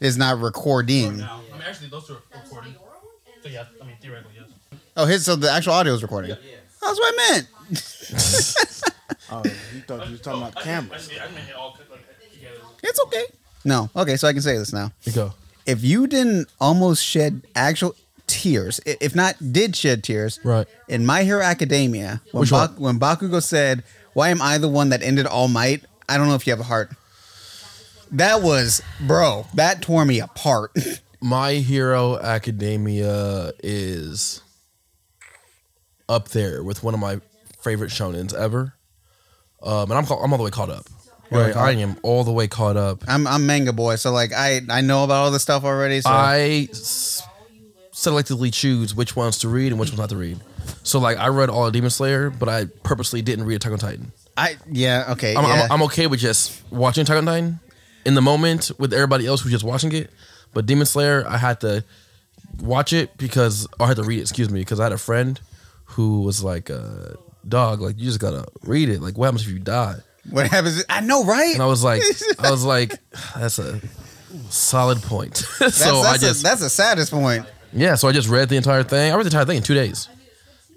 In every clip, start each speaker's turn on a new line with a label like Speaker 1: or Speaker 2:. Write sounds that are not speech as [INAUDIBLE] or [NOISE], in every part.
Speaker 1: is not recording.
Speaker 2: now. Um, I mean, actually, those two are recording. So yeah, I mean, theoretically, yes.
Speaker 1: Oh, his so the actual audio is recording. That's what I meant.
Speaker 3: Oh, you thought you were talking about cameras.
Speaker 2: Oh, I mean, it all could, like, together.
Speaker 1: It's okay. No, okay, so I can say this now.
Speaker 4: You go.
Speaker 1: If you didn't almost shed actual tears, i- if not did shed tears,
Speaker 4: Right.
Speaker 1: in My Hero Academia, when,
Speaker 4: Which one?
Speaker 1: Bak- when Bakugo said, "Why am I the one that ended All Might?" I don't know if you have a heart. That was, bro. That tore me apart. [LAUGHS]
Speaker 4: My Hero Academia is up there with one of my favorite shonens ever. Um, and I'm ca- I'm all the way caught up. Right, I am all the way caught up.
Speaker 1: I'm I'm manga boy, so like I I know about all this stuff already. So
Speaker 4: I s- selectively choose which ones to read and which ones not to read. So like I read all of Demon Slayer, but I purposely didn't read Attack on Titan.
Speaker 1: I yeah okay.
Speaker 4: I'm,
Speaker 1: yeah.
Speaker 4: I'm, I'm okay with just watching Attack on Titan in the moment with everybody else who's just watching it. But Demon Slayer, I had to watch it because I had to read it. Excuse me, because I had a friend who was like, uh, "Dog, like you just gotta read it. Like what happens if you die?"
Speaker 1: what happens? I know, right?
Speaker 4: And I was
Speaker 1: [LAUGHS]
Speaker 4: like, "I was like, that's a solid point." [LAUGHS] so
Speaker 1: that's,
Speaker 4: I
Speaker 1: that's,
Speaker 4: just
Speaker 1: a, that's the saddest point.
Speaker 4: yeah, so I just read the entire thing. I read the entire thing in two days,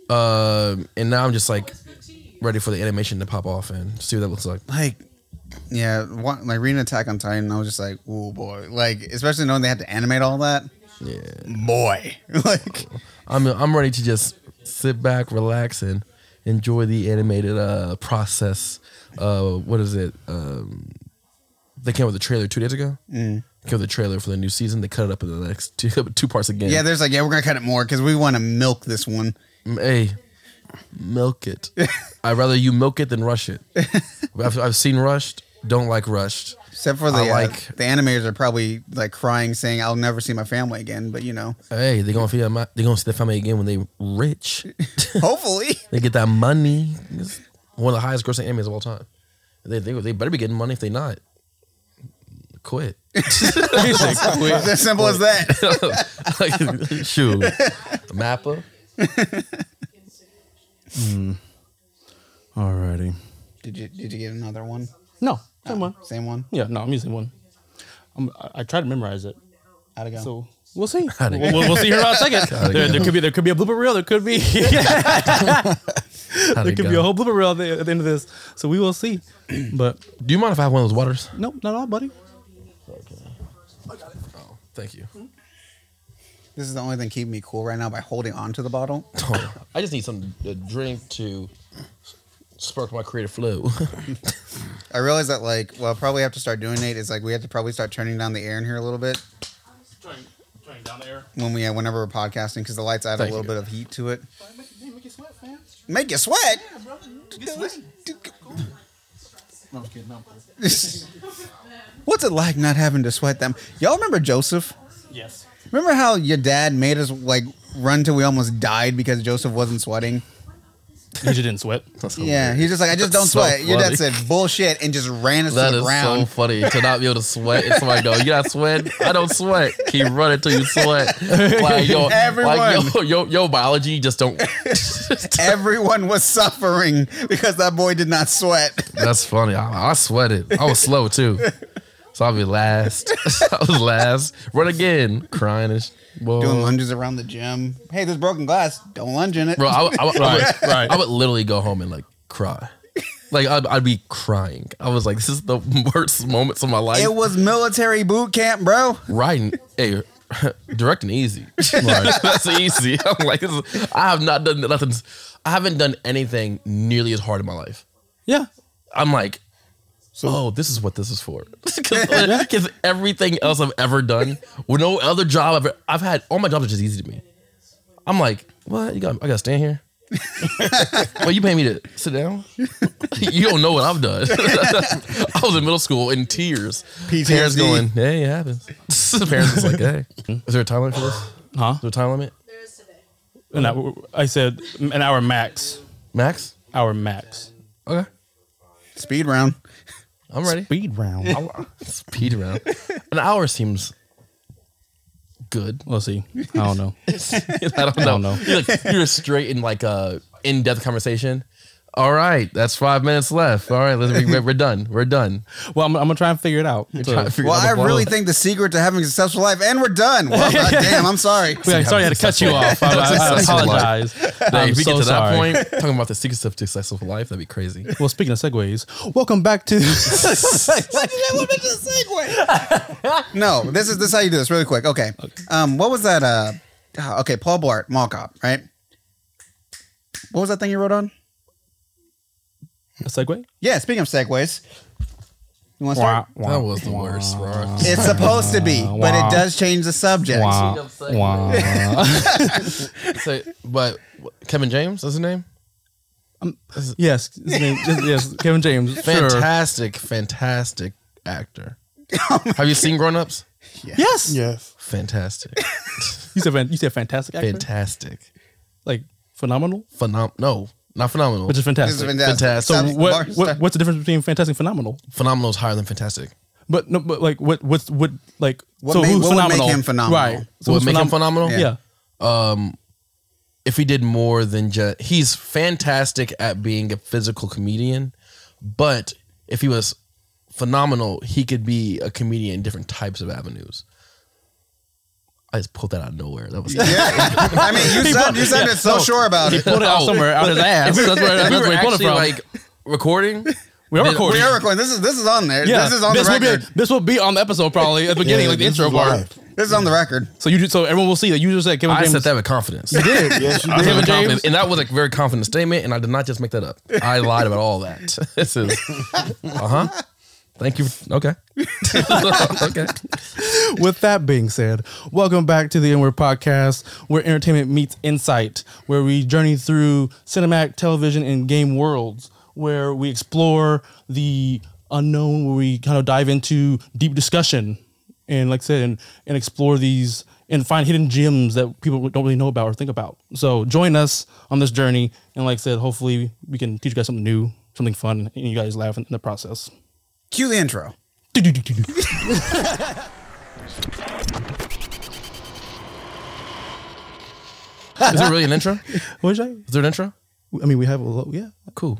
Speaker 4: um, and now I'm just like ready for the animation to pop off and see what that looks like.
Speaker 1: Like, yeah, what, like reading Attack on Titan, I was just like, oh boy. Like, especially knowing they had to animate all that.
Speaker 4: Yeah,
Speaker 1: Boy, [LAUGHS] like,
Speaker 4: I'm I'm ready to just sit back, relax, and enjoy the animated uh, process. Uh, what is it? Um, they came with a trailer two days ago. Mm. Came with a trailer for the new season. They cut it up in the next two [LAUGHS] two parts again.
Speaker 1: yeah, there's like, yeah, we're gonna cut it more because we want to milk this one.
Speaker 4: Mm, Hey, milk it. I'd rather you milk it than rush it. I've, I've seen rushed. Don't like rushed.
Speaker 1: Except for the
Speaker 4: I
Speaker 1: like
Speaker 4: like-
Speaker 1: the animators are probably like crying, saying, "I'll never see my family again." But you
Speaker 4: [LAUGHS]
Speaker 1: know,
Speaker 4: Hey, they're gonna feel my, they're gonna see the family again when they rich.
Speaker 1: hopefully, [LAUGHS]
Speaker 4: they get that money. It's one of the highest grossing animes of all time. They, they they better be getting money. If they not, quit.
Speaker 5: [LAUGHS]
Speaker 4: They say
Speaker 1: it's as simple as that.
Speaker 4: quit. [LAUGHS] Shoot, Mappa.
Speaker 3: Alrighty.
Speaker 1: Did you did you get another one?
Speaker 5: No, same one.
Speaker 1: Same one?
Speaker 5: Yeah, no, I'm using one. I'm, I, I try to memorize it,
Speaker 1: How'd it go?
Speaker 5: so we'll see.
Speaker 4: How'd it
Speaker 5: We'll, we'll see here in a [LAUGHS] second. There, there could be there could be a blooper reel. There could be [LAUGHS]
Speaker 4: How'd
Speaker 5: there
Speaker 4: it
Speaker 5: could
Speaker 4: go?
Speaker 5: be a whole blooper reel at the, at the end of this. So we will see. [CLEARS THROAT] But
Speaker 4: Do you mind if I have one of those waters?
Speaker 5: nope, not at all, buddy.
Speaker 4: Oh, thank you.
Speaker 1: this is the only thing keeping me cool right now by holding on to the bottle.
Speaker 4: I just need some a drink to spark my creative [LAUGHS] flow.
Speaker 1: I realize that like, well, probably have to start doing it. Is like we have to probably start turning down the air in here a little bit
Speaker 2: Turning, turning down the air.
Speaker 1: when we uh, whenever we're podcasting because the lights add
Speaker 4: Thank
Speaker 1: a little
Speaker 4: you.
Speaker 1: bit of heat to it.
Speaker 5: Make you sweat, fam.
Speaker 1: Make you sweat. [LAUGHS]
Speaker 5: No, I'm just kidding. No, I'm cool.
Speaker 1: What's it like not having to sweat them? Y'all remember Joseph?
Speaker 5: Yes.
Speaker 1: Remember how your dad made us like run till we almost died because Joseph wasn't sweating?
Speaker 5: You just didn't [LAUGHS] sweat.
Speaker 1: yeah, he's just like, I just don't
Speaker 4: Oh, That's so
Speaker 1: sweat. Your dad
Speaker 4: funny.
Speaker 1: said bullshit and just ran us
Speaker 4: That
Speaker 1: to
Speaker 4: is
Speaker 1: the ground.
Speaker 4: so funny to not be able to sweat. It's like, no, you not sweat. I don't sweat. Keep running till
Speaker 5: [LAUGHS]
Speaker 4: you sweat. Like yo,
Speaker 1: Everyone.
Speaker 4: like yo, yo, yo, biology
Speaker 5: [LAUGHS]
Speaker 4: just don't.
Speaker 1: Everyone was suffering because that boy did not sweat.
Speaker 4: That's funny. I, I sweated. I was slow too, so I'll be last. [LAUGHS] I was last. Run again, crying and sh- boy.
Speaker 1: Doing lunges around the gym. Hey, there's broken glass. Don't lunge in it.
Speaker 4: Bro, I, would- I, would- I would,
Speaker 5: right.
Speaker 4: I would literally go home and like cry. Like I'd, I'd be crying. I was like, this is the worst moments of my life.
Speaker 1: it was military boot camp, bro.
Speaker 4: writing, hey, [LAUGHS] directing easy. [LAUGHS] That's easy. I'm like, this is, I have not done nothing. I haven't done anything nearly as hard in my life.
Speaker 5: Yeah.
Speaker 4: I'm like, oh, this is what this is for. [LAUGHS] Because everything else I've ever done, with no other job I've, I've had, all my jobs are just easy to me. I'm like, what? You got? I got to stand here. well, you pay me to sit down. [LAUGHS] you don't know what I've done. [LAUGHS] I was in middle school in tears.
Speaker 1: PTSD.
Speaker 4: Parents going, hey, it happens. [LAUGHS] Parents was like, hey, is there a time limit for this? Is
Speaker 5: Huh?
Speaker 4: there a time limit?
Speaker 5: An hour, I said an hour max.
Speaker 4: Max?
Speaker 5: Hour max.
Speaker 4: Okay,
Speaker 1: Speed round.
Speaker 4: I'm ready.
Speaker 5: Speed round.
Speaker 4: [LAUGHS] Speed around. An hour seems good. [LAUGHS]
Speaker 5: We'll see. I don't know.
Speaker 4: I don't know.
Speaker 5: don't know.
Speaker 4: You're, like, you're straight in like a in-depth conversation. All right, that's five minutes left. All right, let's we, we're done. We're done.
Speaker 5: Well, I'm, I'm gonna try and figure it out. So-
Speaker 4: trying to figure
Speaker 1: Well,
Speaker 4: out
Speaker 1: I
Speaker 4: the
Speaker 1: really
Speaker 4: formula.
Speaker 1: think the secret to having a successful life, and we're done. Well, uh, damn, I'm sorry.
Speaker 5: [LAUGHS]
Speaker 1: [LAUGHS]
Speaker 5: Yeah, sorry, I had to cut you off.
Speaker 4: [LAUGHS]
Speaker 5: I, I- I apologize.
Speaker 4: Like,
Speaker 5: I'm
Speaker 4: if we
Speaker 5: so
Speaker 4: get to
Speaker 5: sorry.
Speaker 4: that point, talking about the secrets of successful life, that'd be crazy.
Speaker 5: Well, speaking of segues, welcome back
Speaker 4: [LAUGHS]
Speaker 5: to.
Speaker 1: [LAUGHS] No, this is this is how you do this really quick. Okay. Um, what was that? Uh, ah, okay, Paul Blart, Mall Cop, right? What was that thing you wrote on?
Speaker 5: a segue?
Speaker 1: Yeah. Speaking of segues, you want to
Speaker 5: Wah,
Speaker 1: start?
Speaker 5: wah,
Speaker 4: That was the worst. bro.
Speaker 1: It's supposed to be, but it
Speaker 5: Wow.
Speaker 1: does change the subject.
Speaker 5: wah,
Speaker 4: Segue.
Speaker 5: wah.
Speaker 4: So, but Kevin James, that's his name.
Speaker 5: yes, his name- yes, yes, Kevin James. Sure.
Speaker 4: Fantastic, fantastic
Speaker 5: [LAUGHS]
Speaker 4: actor.
Speaker 5: Oh
Speaker 4: Have you seen Grown Ups?
Speaker 5: Yes,
Speaker 3: Yes.
Speaker 5: [LAUGHS]
Speaker 4: Fantastic,
Speaker 5: you said fan- you said fantastic, actor?
Speaker 4: fantastic,
Speaker 5: like phenomenal,
Speaker 4: phenom. No, not phenomenal.
Speaker 5: which is
Speaker 1: This is
Speaker 5: fantastic.
Speaker 1: fantastic.
Speaker 4: Fantastic.
Speaker 1: Stop-
Speaker 4: So
Speaker 5: what,
Speaker 1: Bar-
Speaker 5: what what's the difference between fantastic and phenomenal?
Speaker 4: phenomenal is higher than fantastic.
Speaker 5: But no, but like what what's what like
Speaker 1: What
Speaker 5: so
Speaker 1: made-
Speaker 5: who's
Speaker 1: what would make
Speaker 5: phenomenal?
Speaker 1: him phenomenal?
Speaker 5: Right.
Speaker 4: So
Speaker 5: who's
Speaker 4: what make him
Speaker 5: phenom-
Speaker 4: phenomenal?
Speaker 5: Yeah.
Speaker 4: if he did more than just he's fantastic at being a physical comedian but if he was phenomenal he could be a comedian in different types of avenues i just pulled that out of nowhere
Speaker 5: [LAUGHS]
Speaker 4: that was
Speaker 1: Yeah. I mean, you, sound, you sounded so sure about it.
Speaker 5: Pulled it out
Speaker 4: Oh.
Speaker 5: somewhere out of his
Speaker 4: [LAUGHS] if
Speaker 5: ass.
Speaker 4: we were,
Speaker 5: That's where,
Speaker 4: if
Speaker 5: that's
Speaker 4: we were
Speaker 5: where he pulled it
Speaker 4: actually
Speaker 5: from.
Speaker 4: like recording
Speaker 5: we are
Speaker 4: then-
Speaker 5: recording.
Speaker 1: We are recording. This is this is on there.
Speaker 5: yeah,
Speaker 1: This is on the
Speaker 5: will
Speaker 1: record.
Speaker 5: be this will be on the episode probably at the beginning,
Speaker 3: Yeah,
Speaker 5: like the
Speaker 3: this
Speaker 5: intro
Speaker 3: is
Speaker 5: part.
Speaker 3: live.
Speaker 1: This is on the record.
Speaker 5: So you just, so everyone will see that you just said Kevin
Speaker 4: i
Speaker 5: James.
Speaker 4: said that with confidence
Speaker 3: Yes, you
Speaker 4: I said
Speaker 3: did.
Speaker 5: James.
Speaker 4: with confidence, and that was a very confident statement, and I did not just make that up. I lied about all that. [LAUGHS] This is, uh huh. Thank you. Okay. [LAUGHS] okay.
Speaker 5: With that being said, welcome back to the Inward Podcast, where entertainment meets insight, where we journey through cinematic, television, and game worlds, where we explore the unknown, where we kind of dive into deep discussion, and like I said, and, and explore these and find hidden gems that people don't really know about or think about. So join us on this journey, and like I said, hopefully we can teach you guys something new, something fun, and you guys laugh in, in the process.
Speaker 1: Cue the
Speaker 5: [LAUGHS]
Speaker 1: intro.
Speaker 4: Is there really an intro? Is
Speaker 5: What did I?
Speaker 4: there an intro?
Speaker 5: I mean, we have a lo- yeah.
Speaker 4: Cool.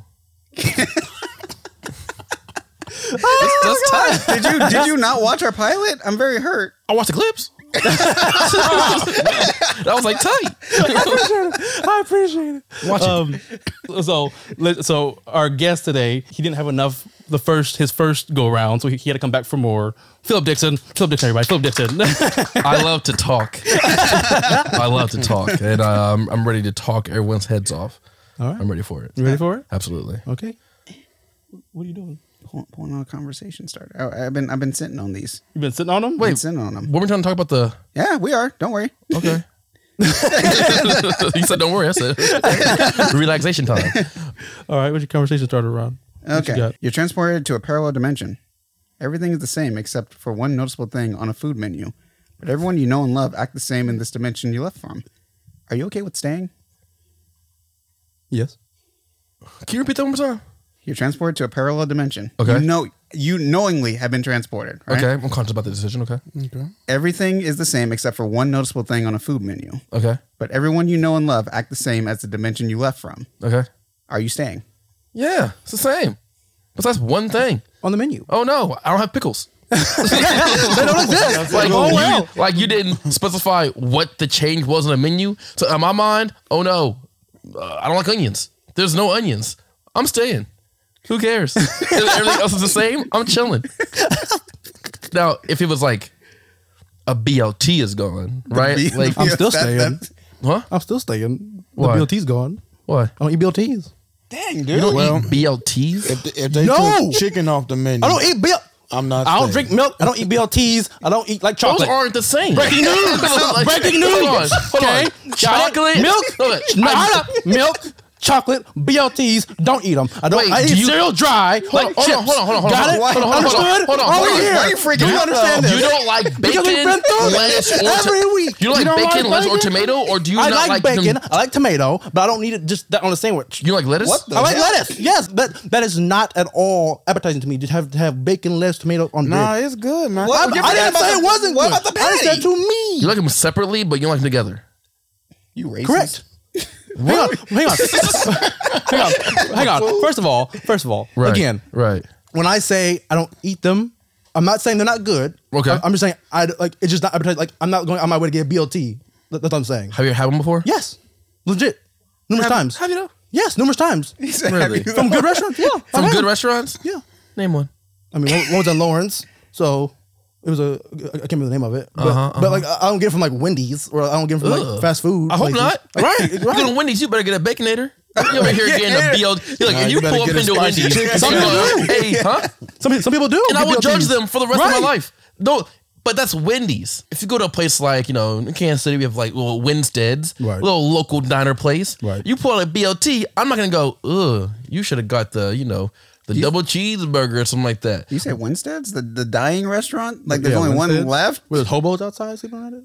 Speaker 5: Oh
Speaker 4: that's that's tight.
Speaker 1: Did you did you not watch our pilot? I'm very hurt.
Speaker 4: I watched the clips. that was like tight.
Speaker 5: I appreciate it.
Speaker 4: Watch it.
Speaker 5: Um, so, let- so our guest today, he didn't have enough the first his first go round, so he, he had to come back for more. Philip Dixon, Philip Dixon, everybody, Philip Dixon.
Speaker 4: I love to talk. I love to talk, and um, I'm ready to talk everyone's heads off.
Speaker 5: All right.
Speaker 4: I'm ready for it.
Speaker 5: [LAUGHS] you ready for it?
Speaker 4: Absolutely.
Speaker 5: Okay. What are you doing?
Speaker 1: Pulling, pulling on a conversation starter. I, I've been I've been sitting on these.
Speaker 5: You been sitting on him?
Speaker 1: Been
Speaker 4: Wait.
Speaker 1: sitting on them.
Speaker 4: What were we trying to talk about? The
Speaker 1: Yeah, we are. Don't worry.
Speaker 4: Okay. [LAUGHS] you said, "Don't worry." I [LAUGHS] said, "Relaxation time."
Speaker 5: All right. What's your conversation started around?
Speaker 1: Okay.
Speaker 5: got?
Speaker 1: You're transported to a parallel dimension. Everything is the same except for one noticeable thing on a food menu. But everyone you know and love act the same in this dimension you left from. Are you okay with staying?
Speaker 5: Yes.
Speaker 4: Can you repeat that one more time?
Speaker 1: You're transported to a parallel dimension.
Speaker 4: Okay.
Speaker 1: You know you knowingly have been transported. Right?
Speaker 4: Okay, I'm conscious about the decision. Okay,
Speaker 1: Everything is the same except for one noticeable thing on a food menu.
Speaker 4: okay,
Speaker 1: But everyone you know and love act the same as the dimension you left from.
Speaker 4: okay.
Speaker 1: Are you staying?
Speaker 4: Yeah, it's the same. Besides one thing.
Speaker 5: On the menu.
Speaker 4: Oh no, I don't have pickles. [LAUGHS] they don't exist. Like,
Speaker 5: Oh,
Speaker 4: you,
Speaker 5: well.
Speaker 4: like you didn't specify what the change was on the menu. So in my mind, oh no, uh, I don't like onions. There's no onions. I'm staying. Who cares? If Everything else is the same. I'm chilling. now, if it was like a BLT is gone, right?
Speaker 1: B-
Speaker 5: [LAUGHS]
Speaker 4: like,
Speaker 5: I'm still
Speaker 1: Yes, that-
Speaker 5: staying.
Speaker 1: that-
Speaker 4: huh?
Speaker 5: I'm still staying.
Speaker 4: Why?
Speaker 5: The BLT's gone. I
Speaker 4: What?
Speaker 5: don't eat BLTs.
Speaker 1: Dang, dude.
Speaker 4: You E don't
Speaker 3: Well-
Speaker 4: eat BLTs?
Speaker 3: If, if they
Speaker 5: No!
Speaker 3: took chicken off the menu,
Speaker 5: I don't eat BL.
Speaker 3: I'm not.
Speaker 5: I don't
Speaker 3: staying.
Speaker 5: drink milk. I don't eat BLTs. I don't eat like
Speaker 4: Those
Speaker 5: chocolate.
Speaker 4: aren't the same. Breaking [LAUGHS] news.
Speaker 5: Breaking news.
Speaker 4: Hold on. Hold
Speaker 5: okay.
Speaker 4: on.
Speaker 5: Got it?
Speaker 4: Chocolate.
Speaker 5: Milk.
Speaker 4: [LAUGHS] Hold on.
Speaker 5: No,
Speaker 4: I-
Speaker 5: hold up. Milk. Chocolate. BLTs. Don't eat them. I don't.
Speaker 4: Wait,
Speaker 5: I eat
Speaker 4: do you-
Speaker 5: cereal dry.
Speaker 4: Hold
Speaker 5: like
Speaker 4: on,
Speaker 5: chips.
Speaker 4: hold on, hold on, hold on, hold
Speaker 5: Got
Speaker 4: on,
Speaker 5: it?
Speaker 4: hold on, hold on,
Speaker 5: Understood?
Speaker 4: hold on, hold
Speaker 5: Over
Speaker 4: on.
Speaker 5: here.
Speaker 1: Why are you freaking
Speaker 5: Do you
Speaker 1: out?
Speaker 5: understand this?
Speaker 4: You don't like
Speaker 5: Because we've
Speaker 4: bacon,
Speaker 5: been through
Speaker 4: lettuce,
Speaker 5: this
Speaker 4: or to-
Speaker 5: every week.
Speaker 4: You don't like
Speaker 5: You don't
Speaker 4: bacon,
Speaker 5: like
Speaker 4: lettuce, or
Speaker 5: bacon?
Speaker 4: tomato, or do you
Speaker 5: I
Speaker 4: not
Speaker 5: like,
Speaker 4: like
Speaker 5: bacon.
Speaker 4: Them?
Speaker 5: I like tomato, but I don't need it just that on a sandwich.
Speaker 4: You like lettuce?
Speaker 1: What the-
Speaker 5: I like
Speaker 1: hell?
Speaker 5: lettuce. Yes, that that is not at all appetizing to me. Just have to have bacon, lettuce, tomato on
Speaker 3: Nah,
Speaker 5: bread.
Speaker 3: it's good, man.
Speaker 1: What?
Speaker 5: I, I
Speaker 1: I'm different
Speaker 5: didn't
Speaker 1: about
Speaker 5: say
Speaker 1: the-
Speaker 5: it wasn't
Speaker 1: what
Speaker 5: good.
Speaker 1: about the
Speaker 5: I said
Speaker 1: patty?
Speaker 5: to me.
Speaker 4: You like them separately, but you don't like them together.
Speaker 1: You racist.
Speaker 5: Correct. Hang
Speaker 4: [LAUGHS]
Speaker 5: on, hang on, hang on, hang on. First of all, first of all,
Speaker 4: Right.
Speaker 5: again,
Speaker 4: Right.
Speaker 5: when I say I don't eat them, I'm not saying they're not good.
Speaker 4: Okay.
Speaker 5: I'm I'm just saying I like it's just not appetite. Like I'm not going on my way to get BLT. That- That's what I'm saying.
Speaker 4: Have you had one before?
Speaker 5: Yes, legit, numerous times.
Speaker 4: Have you though?
Speaker 5: Yes, numerous times
Speaker 1: Have
Speaker 4: Really?
Speaker 1: [LAUGHS] you-
Speaker 4: [LAUGHS]
Speaker 5: from good restaurants. Yeah, I've
Speaker 4: From
Speaker 5: had
Speaker 4: good
Speaker 5: them.
Speaker 4: restaurants?
Speaker 5: Yeah,
Speaker 4: Name one.
Speaker 5: I mean, one one was in Lawrence, so it was a I I can't remember the name of it, but, but like I I don't get it from like Wendy's or I don't get it from
Speaker 4: Uh-huh, Ugh.
Speaker 5: like fast food.
Speaker 4: I hope
Speaker 5: places.
Speaker 4: not.
Speaker 5: Like,
Speaker 4: right. You're going to Wendy's, you better get a Baconator. You're over here getting a BLT. You're like,
Speaker 3: Nah,
Speaker 4: if you,
Speaker 3: you better
Speaker 4: pull up
Speaker 3: get a
Speaker 4: into
Speaker 3: spicy
Speaker 4: Wendy's,
Speaker 3: chicken
Speaker 4: some people are like, hey, huh?
Speaker 5: Some pe- some people do,
Speaker 4: And I
Speaker 5: get
Speaker 4: will judge
Speaker 5: BLTs.
Speaker 4: them for the rest of
Speaker 5: Right.
Speaker 4: my life. No, but that's Wendy's. If you go to a place like, you know, in Kansas City, we have like little Winstead's,
Speaker 5: Right.
Speaker 4: little local diner place.
Speaker 5: Right.
Speaker 4: You pull out a BLT, I'm not going to go, ugh, you should have got the, you know, the double cheeseburger or something like that.
Speaker 1: You say Winstead's, the, the dying restaurant? Like there's
Speaker 5: Yeah,
Speaker 1: only one
Speaker 5: Winstead's.
Speaker 1: left.
Speaker 5: Were there hobos outside sleeping on it?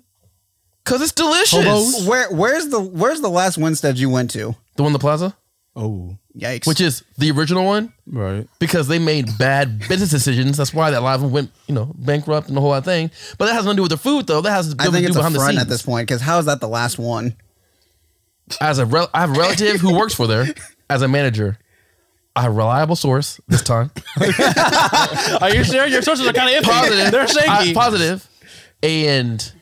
Speaker 4: Because it's delicious.
Speaker 5: Hobos?
Speaker 1: Where where's the where's the last Winstead you went to?
Speaker 4: The one in the plaza,
Speaker 5: Oh,
Speaker 1: Yikes!
Speaker 4: which is the original one.
Speaker 5: right.
Speaker 4: because they made bad business decisions. That's why that live one went, you know, bankrupt and the whole other thing. But that has nothing to do with the food, though. That has to do
Speaker 1: I think
Speaker 4: with
Speaker 1: it's a
Speaker 4: behind the
Speaker 1: front
Speaker 4: scenes.
Speaker 1: at this point because how is that the last one?
Speaker 4: As a rel- I have a relative who works for there as a manager. I have a reliable source this time.
Speaker 5: [LAUGHS]
Speaker 1: [LAUGHS]
Speaker 5: Are you sure your sources are kind of iffy?
Speaker 4: Positive.
Speaker 5: They're shaky.
Speaker 4: I- positive. And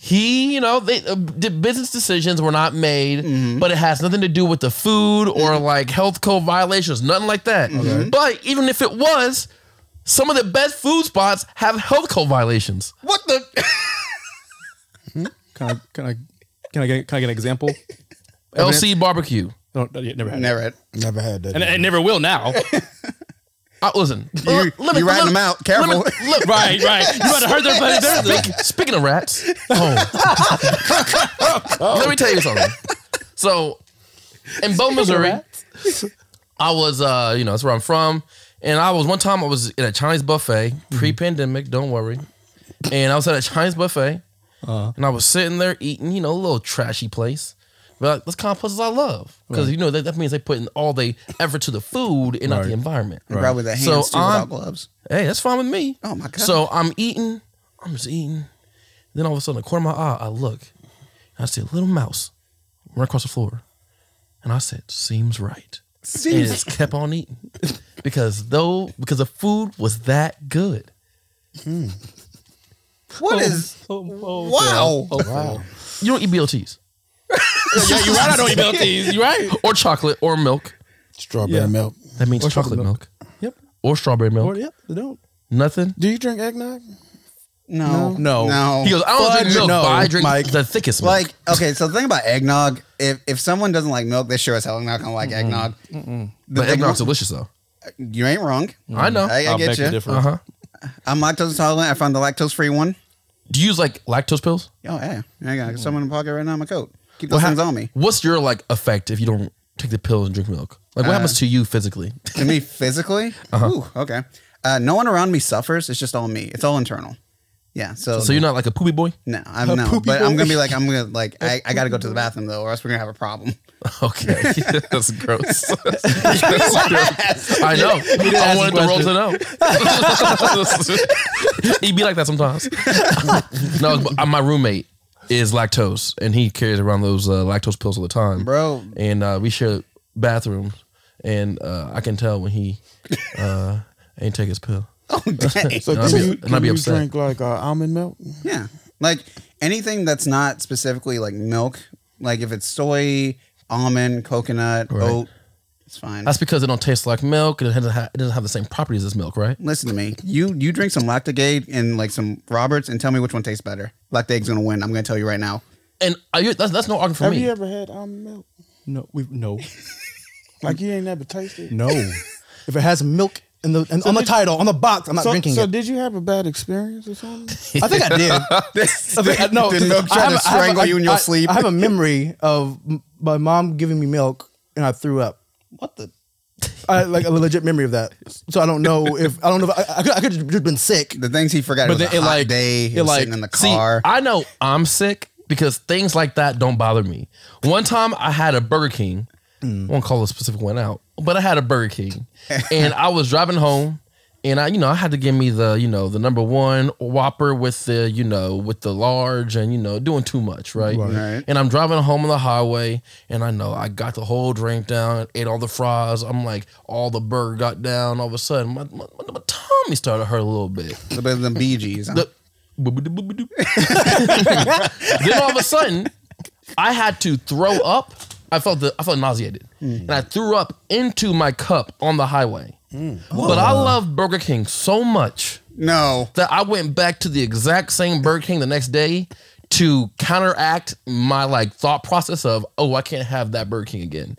Speaker 4: he, you know, they uh, the business decisions were not made,
Speaker 1: Mm-hmm.
Speaker 4: but it has nothing to do with the food or like health code violations, nothing like that.
Speaker 1: Mm-hmm.
Speaker 4: But even if it was, some of the best food spots have health code violations.
Speaker 1: What the?
Speaker 5: Can I can I can I get can I get an example?
Speaker 4: LC barbecue.
Speaker 5: I don't, I never had. It.
Speaker 1: Never. Had.
Speaker 3: Never had that.
Speaker 5: And I never will now.
Speaker 4: Uh, listen, you,
Speaker 1: you're ratting them out. Careful.
Speaker 4: look,
Speaker 5: [LAUGHS] right, right. You might have heard their buddy.
Speaker 4: [LAUGHS]
Speaker 5: There's
Speaker 4: Speak, speaking of rats, oh. [LAUGHS] let me tell you something. So, in Bow, Missouri, I was, uh, you know, that's where I'm from, and I was one time I was at a Chinese buffet pre-pandemic. Don't worry, and I was at a Chinese buffet, and I was sitting there eating, you know, a little trashy place. But those kind of places I love because you know that, that means they put in all the effort to the food and not the
Speaker 5: Right.
Speaker 4: environment.
Speaker 1: Probably the hands
Speaker 4: So
Speaker 1: too without
Speaker 4: I'm-
Speaker 1: gloves.
Speaker 4: Hey, that's fine with me.
Speaker 1: Oh, my God.
Speaker 4: So I'm eating, I'm just eating. Then all of a sudden, a corner of my eye, I look, and I see a little mouse run across the floor, and I said, "Seems right." And it
Speaker 1: Seems
Speaker 4: just kept on eating because though because the food was that good.
Speaker 1: what is? Wow.
Speaker 3: [LAUGHS] wow.
Speaker 4: You don't eat BLTs
Speaker 5: yeah, you're right. I don't eat BLTs. You're right.
Speaker 4: or chocolate or milk.
Speaker 3: Strawberry
Speaker 5: Yeah.
Speaker 3: milk.
Speaker 4: That means
Speaker 5: Or
Speaker 4: chocolate
Speaker 5: chocolate
Speaker 4: milk.
Speaker 5: Yep.
Speaker 4: or strawberry milk.
Speaker 5: Or, yeah, they don't.
Speaker 4: Nothing.
Speaker 3: Do you drink eggnog?
Speaker 1: No.
Speaker 5: No.
Speaker 1: No.
Speaker 4: He goes, "I don't drink
Speaker 5: Fudge,
Speaker 4: milk,
Speaker 5: no,
Speaker 4: but I drink
Speaker 5: Mike.
Speaker 4: the thickest milk."
Speaker 1: Like, okay, so the thing about eggnog, if if someone doesn't like milk, they sure as hell not gonna like eggnog. The-
Speaker 4: but
Speaker 1: the
Speaker 4: eggnog's
Speaker 1: one-
Speaker 4: delicious though.
Speaker 1: you ain't wrong.
Speaker 4: I know.
Speaker 1: I, I
Speaker 5: I'll
Speaker 1: get
Speaker 5: beg to
Speaker 1: you.
Speaker 5: differ.
Speaker 4: Uh huh.
Speaker 1: I'm lactose intolerant. I found the lactose free one.
Speaker 4: Do you use like lactose pills?
Speaker 1: Oh yeah, I
Speaker 4: Mm.
Speaker 1: got someone in the pocket right now. in My coat. Keep
Speaker 4: Well,
Speaker 1: those things
Speaker 4: how-
Speaker 1: on me.
Speaker 4: What's your like effect if you don't take the pills and drink milk? Like what happens to you physically?
Speaker 1: to
Speaker 4: [LAUGHS]
Speaker 1: me physically
Speaker 4: Uh-huh.
Speaker 1: ooh, okay uh, no one around me suffers it's just all me it's all internal yeah so,
Speaker 4: So you're not like a poopy boy?
Speaker 1: oh, no i'm no
Speaker 5: poopy
Speaker 1: but i'm gonna
Speaker 5: boy.
Speaker 1: be like i'm gonna like I, I gotta go to the bathroom though or else we're gonna have a problem
Speaker 4: Okay. [LAUGHS] That's gross. That's gross. I know. I
Speaker 5: ask
Speaker 4: wanted
Speaker 5: the
Speaker 4: the world to know. [LAUGHS] He'd be like that sometimes. no, but, uh, my roommate is lactose and he carries around those uh, lactose pills all the time.
Speaker 1: Bro.
Speaker 4: And uh, we share bathrooms and uh, I can tell when he uh, ain't take his pill.
Speaker 1: [LAUGHS] oh dang.
Speaker 3: So
Speaker 4: And I'd
Speaker 3: do
Speaker 4: be-
Speaker 3: you,
Speaker 4: and I'd
Speaker 3: do
Speaker 4: be
Speaker 3: you
Speaker 4: upset.
Speaker 3: drink like uh, almond milk?
Speaker 1: yeah like anything that's not specifically like milk like if it's soy almond coconut
Speaker 4: Right.
Speaker 1: oat it's fine
Speaker 4: That's because it don't taste like milk. and It doesn't have, it doesn't have the same properties as milk, right?
Speaker 1: listen to me you you drink some lactogate and like some roberts and tell me which one tastes better lactogate's gonna win i'm gonna tell you right now [LAUGHS]
Speaker 4: And are you, that's, that's no argument for
Speaker 3: Have
Speaker 4: me.
Speaker 3: you ever had almond milk?
Speaker 5: No, we no,
Speaker 3: Like you ain't never tasted. it?
Speaker 5: no. if it has milk in the and on the title on the box, I'm not
Speaker 3: So,
Speaker 5: drinking
Speaker 3: so
Speaker 5: it.
Speaker 3: did you have a bad experience or [LAUGHS] something?
Speaker 5: I think I did. [LAUGHS] I think I- no,
Speaker 1: The milk trying
Speaker 5: I have-
Speaker 1: to
Speaker 5: I have-
Speaker 1: strangle
Speaker 5: I-
Speaker 1: you in your
Speaker 5: I-
Speaker 1: sleep.
Speaker 5: I have a memory of m- my mom giving me milk and I threw up.
Speaker 1: what the
Speaker 5: I like a legit memory of that. So I don't know if I don't know. If, I, I could I could have just been sick.
Speaker 1: the things he forgot.
Speaker 5: But
Speaker 1: it was
Speaker 5: then
Speaker 1: a
Speaker 5: it,
Speaker 1: hot
Speaker 5: like-
Speaker 1: day. He
Speaker 5: it,
Speaker 1: was
Speaker 5: like-
Speaker 1: sitting in the
Speaker 4: See,
Speaker 1: car.
Speaker 4: I know I'm sick because things like that don't bother me. One time I had a Burger
Speaker 1: [LAUGHS]
Speaker 4: King. I won't call a specific one out, but I had a Burger King. and I was driving home and I, you know, I had to give me the, you know, the number one Whopper with the, you know, with the large and you know, doing too much, right?
Speaker 1: Right.
Speaker 4: And I'm driving home on the highway, and I know I got the whole drink down, ate all the fries. I'm like, all the burger got down. All of a sudden, my my, my tummy started to hurt a little bit.
Speaker 1: Little bit of them Bee Gees. huh?
Speaker 4: The- boop-a-doop, boop-a-doop. [LAUGHS] then all of a sudden, I had to throw up. I felt the, I felt nauseated, and I threw up into my cup on the highway. But I love Burger King so much
Speaker 1: no.
Speaker 4: that I went back to the exact same Burger King the next day to counteract my like thought process of oh I can't have that Burger King again.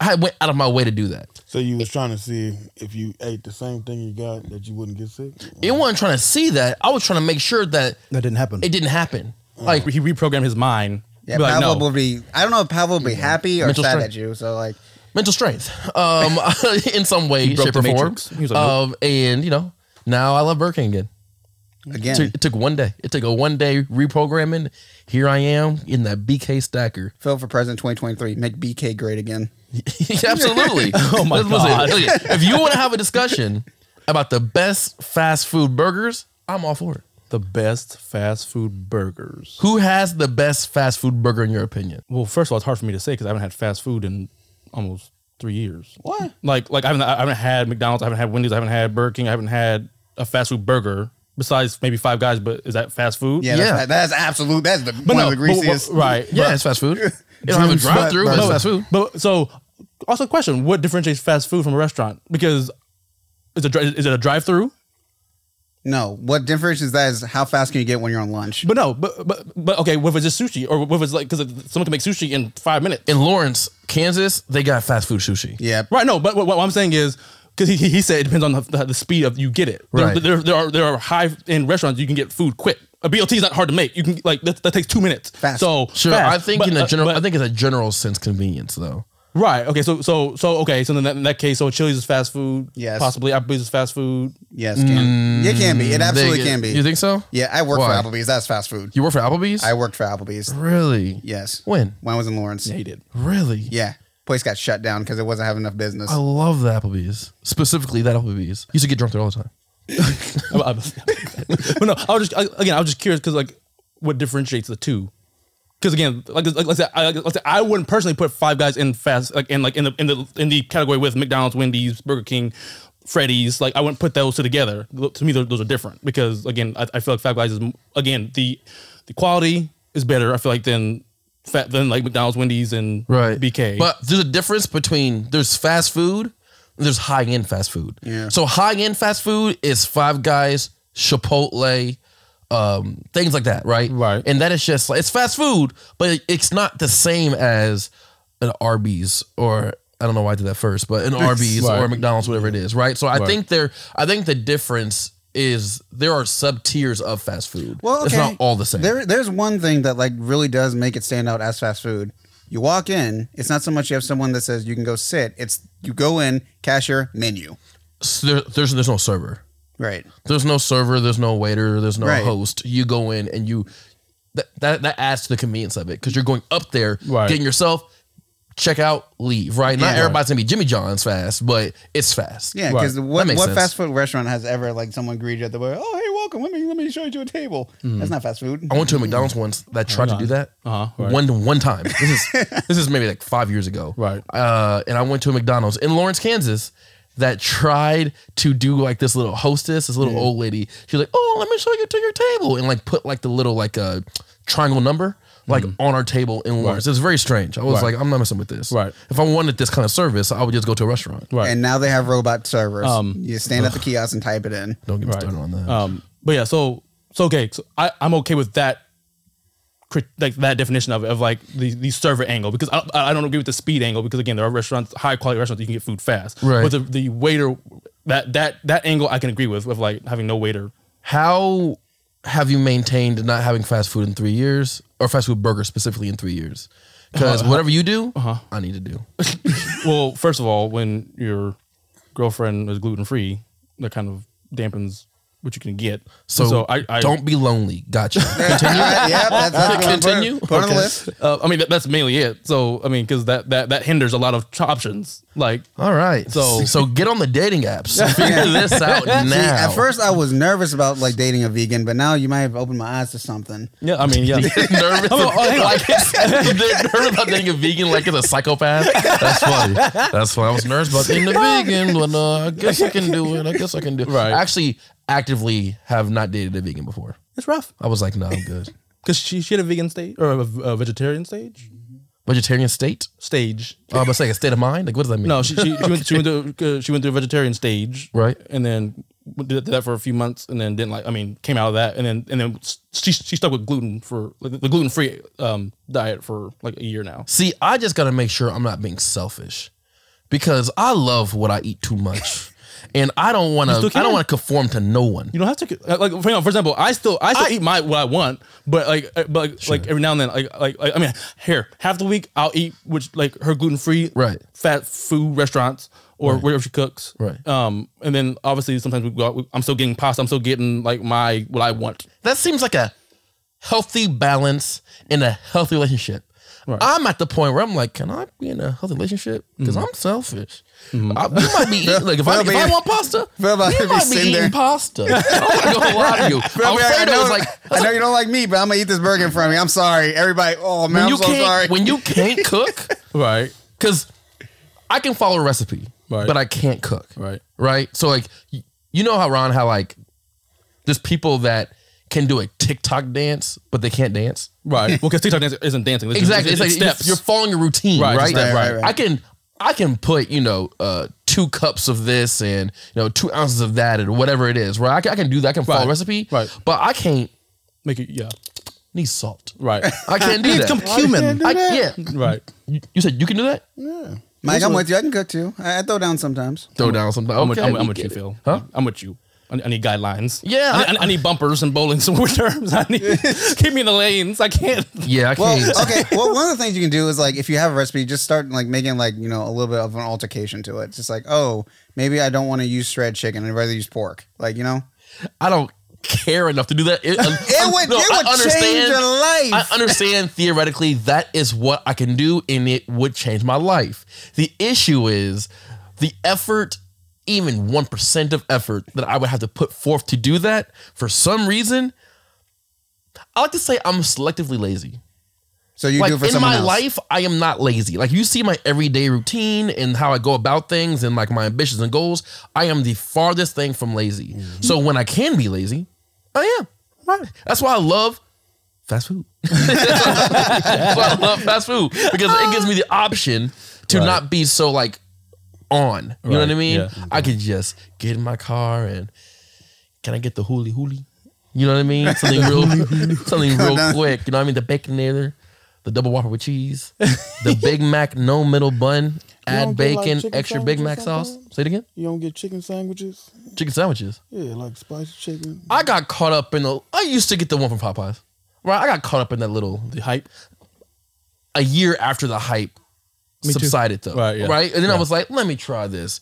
Speaker 4: I went out of my way to do that.
Speaker 3: So you was trying to see if you ate the same thing you got that you wouldn't get sick.
Speaker 4: It wasn't trying to see that. I was trying to make sure that
Speaker 6: That didn't happen.
Speaker 4: it didn't happen. Like
Speaker 6: he reprogrammed his mind.
Speaker 1: Yeah,
Speaker 6: Be like,
Speaker 1: Pavel
Speaker 6: no.
Speaker 1: will be. I don't know if Pavel will be happy or
Speaker 4: Mental
Speaker 1: sad
Speaker 4: strength.
Speaker 1: at you. So like,
Speaker 4: mental strength um [LAUGHS] in some way
Speaker 6: broke
Speaker 4: shape
Speaker 6: the
Speaker 4: or form
Speaker 6: matrix. He was like,
Speaker 4: um and you know now i love burger king again it
Speaker 1: again,
Speaker 4: took, it took one day it took a one day reprogramming here i am in that bk
Speaker 6: [LAUGHS]
Speaker 4: stacker [LAUGHS]
Speaker 1: Phil for president 2023. Make BK great again.
Speaker 4: [LAUGHS] absolutely
Speaker 6: Oh my
Speaker 4: Listen,
Speaker 6: God.
Speaker 4: listen, if you want to have a discussion about the best fast food burgers i'm all for it
Speaker 6: The best fast food burgers.
Speaker 4: who has the best fast food burger in your opinion
Speaker 6: Well, first of all, it's hard for me to say because I haven't had fast food in almost three years. What? Like, like I haven't, I haven't had McDonald's, I haven't had Wendy's, I haven't had Burger King, I haven't had a fast food burger besides maybe Five Guys. But is that fast food?
Speaker 1: Yeah,
Speaker 4: Yeah.
Speaker 1: That's, that's absolute. That's the
Speaker 6: but
Speaker 1: one
Speaker 6: no,
Speaker 1: of the
Speaker 6: but- but-
Speaker 1: greasiest.
Speaker 6: right?
Speaker 4: yeah it's fast food you don't have a
Speaker 3: Dream's
Speaker 4: drive through
Speaker 3: fat
Speaker 4: it's
Speaker 3: burger.
Speaker 4: fast food
Speaker 6: But so, also question: What differentiates fast food from a restaurant? Because is it dri- is it a drive through?
Speaker 1: No, what differentiates that is how fast can you get when you're on lunch?
Speaker 6: But no, but but but okay. What if it's just sushi, or what if it's like because someone can make sushi in five minutes?
Speaker 4: in lawrence kansas they got fast food sushi
Speaker 1: yeah,
Speaker 6: Right. No, but what, what I'm saying is because he, he he said it depends on the, the, speed of you get it. There,
Speaker 4: Right.
Speaker 6: there, there are there are high end restaurants you can get food quick. A BLT is not hard to make. You can like that, that takes two minutes.
Speaker 1: Fast.
Speaker 6: So
Speaker 4: Sure,
Speaker 6: fast.
Speaker 4: I think
Speaker 6: But,
Speaker 4: in a
Speaker 6: uh,
Speaker 4: general,
Speaker 6: but-
Speaker 4: I think it's a general sense convenience though.
Speaker 6: right. Okay. So so so okay. So in that, in that case, so Chili's is fast food.
Speaker 1: Yes.
Speaker 6: Possibly Applebee's is fast food.
Speaker 1: yes, can. it can be. It absolutely
Speaker 4: Mm, They-
Speaker 1: can be.
Speaker 4: You think so?
Speaker 1: Yeah, I worked
Speaker 4: Why?
Speaker 1: for Applebee's. That's fast food.
Speaker 4: You work for Applebee's?
Speaker 1: I worked for Applebee's.
Speaker 4: really?
Speaker 1: Yes.
Speaker 4: When?
Speaker 1: When I was in Lawrence. Yeah.
Speaker 6: did.
Speaker 4: Really?
Speaker 1: Place got shut down because it wasn't having enough business.
Speaker 4: I love the Applebee's, specifically that Applebee's. Used to get drunk there all the time.
Speaker 6: [LAUGHS] but no, I was just I, again, I was just curious because like what differentiates the two. Because again, like like, like, I said, I, like I said, I wouldn't personally put Five Guys in fast like in like in the in the in the category with McDonald's, Wendy's, Burger King, Freddy's. Like I wouldn't put those two together. Th- To me, those, those are different because again, I, I feel like Five Guys is m- again the the quality is better. I feel like than fat than like McDonald's, Wendy's, and BK.
Speaker 4: But there's a difference between there's fast food, and there's high end fast food.
Speaker 1: Yeah.
Speaker 4: So high end fast food is Five Guys, Chipotle, um, things like that, right?
Speaker 6: Right.
Speaker 4: And that is just like it's fast food, but it's not the same as an Arby's or I don't know why I did that
Speaker 1: [LAUGHS]
Speaker 4: first, but an Arby's
Speaker 6: Right.
Speaker 4: or a McDonald's, whatever it is, right? So I
Speaker 6: Right.
Speaker 4: think there, I think the difference is there are sub tiers of fast food.
Speaker 1: Well,
Speaker 4: it's
Speaker 1: okay.
Speaker 4: not all the same.
Speaker 1: There, there's one thing that like really does make it stand out as fast food. You walk in, it's not so much you have someone that says you can go sit. It's you go in, cashier, menu.
Speaker 4: S- there there's there's no server.
Speaker 1: Right.
Speaker 4: There's no server. There's no waiter. There's no
Speaker 1: Right.
Speaker 4: host. You go in and you that that, that adds to the convenience of it because you're going up there,
Speaker 6: Right.
Speaker 4: getting yourself check out, leave. Right? Not
Speaker 1: Yeah.
Speaker 4: everybody's gonna be Jimmy John's fast, but it's fast.
Speaker 1: Yeah,
Speaker 6: Right.
Speaker 1: because what,
Speaker 4: That makes
Speaker 1: what
Speaker 4: sense.
Speaker 1: fast food restaurant has ever like someone greet you at the door? Oh, hey, welcome. Let me let me show you to a table. That's not fast food.
Speaker 4: Hmm. I went to a McDonald's once that tried to do that
Speaker 6: Uh-huh, right.
Speaker 4: one one time.
Speaker 1: [LAUGHS]
Speaker 4: This is this is maybe like five years ago,
Speaker 6: Right.
Speaker 4: Uh, and I went to a McDonald's in Lawrence, Kansas, that tried to do like this little hostess, this little old lady. She's like, "Oh, let me show you to your table," and like put like the little like uh, triangle number like on our table in Lawrence. It's very strange. I was
Speaker 6: Mm-hmm. Right.
Speaker 4: like, "I'm not messing with this."
Speaker 6: Right.
Speaker 4: If I wanted this kind of service, I would just go to a restaurant.
Speaker 6: right.
Speaker 1: And now they have robot servers.
Speaker 6: Um,
Speaker 1: you stand at the kiosk and type it
Speaker 4: [LAUGHS]
Speaker 1: in.
Speaker 4: Don't get me started on that.
Speaker 6: Um, but yeah, so so okay, so I I'm okay with that, crit- like that definition of it, of like the the server angle because I I don't agree with the speed angle because again there are restaurants high quality restaurants you can get food fast,
Speaker 4: Right.
Speaker 6: But the, the waiter that that that angle I can agree with of like having no waiter.
Speaker 4: How have you maintained not having fast food in three years, or fast food burgers specifically in three years? Because
Speaker 6: Uh-huh.
Speaker 4: whatever you do, I need to
Speaker 6: [LAUGHS]
Speaker 4: do.
Speaker 6: well, first of all, when your girlfriend is gluten free, that kind of dampens what you can get.
Speaker 4: So,
Speaker 6: So, I, I
Speaker 4: don't be lononly. Gotcha.
Speaker 1: [LAUGHS] Continue. yeah, that's, that's what I'm putting-
Speaker 4: Continue?
Speaker 1: Put on the
Speaker 4: Okay.
Speaker 1: list.
Speaker 6: Uh, I mean, that, that's mainly it. So I mean, because that that that hinders a lot of ch- options. Like
Speaker 4: All right.
Speaker 6: So-
Speaker 4: So so get on the dating
Speaker 6: [LAUGHS]
Speaker 4: apps. Figure this out now.
Speaker 1: See, at first, I was nervous about like dating a vegan, but now you might have opened my eyes to something.
Speaker 6: yeah, I mean, yeah.
Speaker 4: [LAUGHS] nervous.
Speaker 6: Oh, oh, hang on.
Speaker 4: like [LAUGHS] it's, they're nervous about dating a vegan like it's a psychopath. That's funny. That's funny. I was nervous about
Speaker 6: [LAUGHS]
Speaker 4: dating a vegan, but uh, I guess I can do it. I guess I can do it.
Speaker 6: Right.
Speaker 4: I actually actively have not dated a vegan before.
Speaker 6: it's rough
Speaker 4: I was like, no, I'm good.
Speaker 6: because she she had a vegan stage or a, a vegetarian stage
Speaker 4: Vegetarian state?
Speaker 6: stage.
Speaker 4: Oh, I was like a state of mind? Like, what does that mean?
Speaker 6: No, she she, she, went, she went through uh, she went through a vegetarian stage,
Speaker 4: Right.
Speaker 6: And then did did that for a few months, and then didn't like. I mean, came out of that, and then and then she she stuck with gluten for like, the gluten free um diet for like a year now.
Speaker 4: See, I just gotta make sure I'm not being selfish because I love what I eat too
Speaker 6: [LAUGHS]
Speaker 4: much, and I don't want
Speaker 6: still
Speaker 4: to. I
Speaker 6: can.
Speaker 4: don't want to conform to no one.
Speaker 6: You don't have to uh, like for, for example, I still I still eat my what I want, but like uh, but like, like every now and then like, like like I mean here half the week I'll eat which like her gluten free
Speaker 4: Right.
Speaker 6: fat food restaurants or wherever she cooks
Speaker 4: Right.
Speaker 6: um and then obviously sometimes we go out, we- I'm still getting pasta I'm still getting like my what I want
Speaker 4: That seems like a healthy balance in a healthy relationship. I'm at the point where I'm like, can I be in a healthy relationship? Because
Speaker 1: Mm-hmm.
Speaker 4: I'm selfish. I, you might be eating, like if, I,
Speaker 1: Phil
Speaker 4: if I
Speaker 1: being-
Speaker 4: want pasta,
Speaker 1: Phil about to
Speaker 4: you
Speaker 1: be
Speaker 4: might be
Speaker 1: sitting
Speaker 4: eating
Speaker 1: there.
Speaker 4: pasta. I'm
Speaker 1: [LAUGHS]
Speaker 4: not gonna lie to you. I was
Speaker 1: I,
Speaker 4: saying that
Speaker 1: know,
Speaker 4: was like,
Speaker 1: I know you don't like me, but I'm gonna eat this burger in front of me. I'm sorry, everybody. Oh man,
Speaker 4: when
Speaker 1: I'm
Speaker 4: you
Speaker 1: so
Speaker 4: can't
Speaker 1: sorry.
Speaker 4: when
Speaker 1: [LAUGHS]
Speaker 4: you can't cook,
Speaker 6: right
Speaker 4: because I can follow a recipe,
Speaker 6: Right.
Speaker 4: but I can't cook.
Speaker 6: Right.
Speaker 4: Right. So like, y- you know how Ron, how like, there's people that can do a TikTok dance, but they can't dance.
Speaker 6: right well because TikTok dance isn't dancing It's just-
Speaker 4: Exactly. It's,
Speaker 6: it's,
Speaker 4: like
Speaker 6: it's
Speaker 4: you're-
Speaker 6: steps
Speaker 4: you're following a routine,
Speaker 6: Right,
Speaker 4: right?
Speaker 6: it's a step,
Speaker 1: Right, right, right.
Speaker 4: I can I can put you know uh, two cups of this and you know two ounces of that and whatever it is. Right. I can, I can do that. I can follow
Speaker 6: Right,
Speaker 4: a recipe.
Speaker 6: right.
Speaker 4: But I can't
Speaker 6: make it yeah
Speaker 4: need salt. [LAUGHS]
Speaker 6: right
Speaker 1: Uh,
Speaker 4: I can't do
Speaker 6: it's
Speaker 4: that.
Speaker 6: human
Speaker 4: I, yeah.
Speaker 6: right
Speaker 4: You, you said you can do that.
Speaker 1: Mike, I'm with you. I can cook too. I, I throw down sometimes.
Speaker 4: Throw down something.
Speaker 6: I'm with,
Speaker 4: okay,
Speaker 6: I'm,
Speaker 4: we
Speaker 6: I'm with
Speaker 4: get
Speaker 6: you
Speaker 4: it.
Speaker 6: Phil
Speaker 4: Huh?
Speaker 6: I'm with you I, I need guidelines
Speaker 4: Yeah,
Speaker 6: I,
Speaker 4: I-
Speaker 6: I- I need bumpers and bowling [LAUGHS] somewhere terms I
Speaker 5: [LAUGHS]
Speaker 6: need keep me in the lanes I can't
Speaker 4: Yeah, I
Speaker 1: Well,
Speaker 4: can't.
Speaker 1: okay. Well, one of the things you can do is like if you have a recipe, just start like making like you know a little bit of an altercation to it. Just like oh, maybe I don't want to use shred chicken. I'd rather use pork. Like you know,
Speaker 4: I don't care enough to do that. It,
Speaker 1: [LAUGHS] it would it would change your life.
Speaker 4: I understand theoretically that is what I can do and it would change my life. The issue is the effort, even 1% of effort that I would have to put forth to do that for some reason. I like to say I'm selectively lazy.
Speaker 1: so you
Speaker 4: like
Speaker 1: do it for
Speaker 4: in
Speaker 1: someone
Speaker 4: my
Speaker 1: else.
Speaker 4: life, I am not lazy. Like you see my everyday routine and how I go about things and like my ambitions and goals. I am the farthest thing from lazy.
Speaker 1: Mm-hmm.
Speaker 4: So when I can be lazy, I am. That's why I love fast food. [LAUGHS] That's why I love fast food because it gives me the option to not be so like on. You know what I
Speaker 6: Right,
Speaker 4: mean?
Speaker 6: yeah.
Speaker 4: I could just get in my car and can I get the hooly hooly? You know what I mean? Something real, something real quick. You know what I mean? The baconator, the double whopper with cheese, the Big Mac no middle bun,
Speaker 3: don't
Speaker 4: add
Speaker 3: get, like,
Speaker 4: bacon,
Speaker 3: chicken
Speaker 4: extra Big Mac
Speaker 3: sandwiches
Speaker 4: sauce.
Speaker 3: sometimes?
Speaker 4: Say it again.
Speaker 3: You don't get chicken sandwiches?
Speaker 4: Chicken sandwiches.
Speaker 3: Yeah, like spicy chicken.
Speaker 4: I got caught up in the. I used to get the one from Popeyes. Right, I got caught up in that little
Speaker 6: the hype
Speaker 4: a year after the hype
Speaker 6: too.
Speaker 4: subsided though.
Speaker 6: Right,
Speaker 4: Right,
Speaker 6: yeah. Mm-hmm.
Speaker 4: And then I was like, let me try this.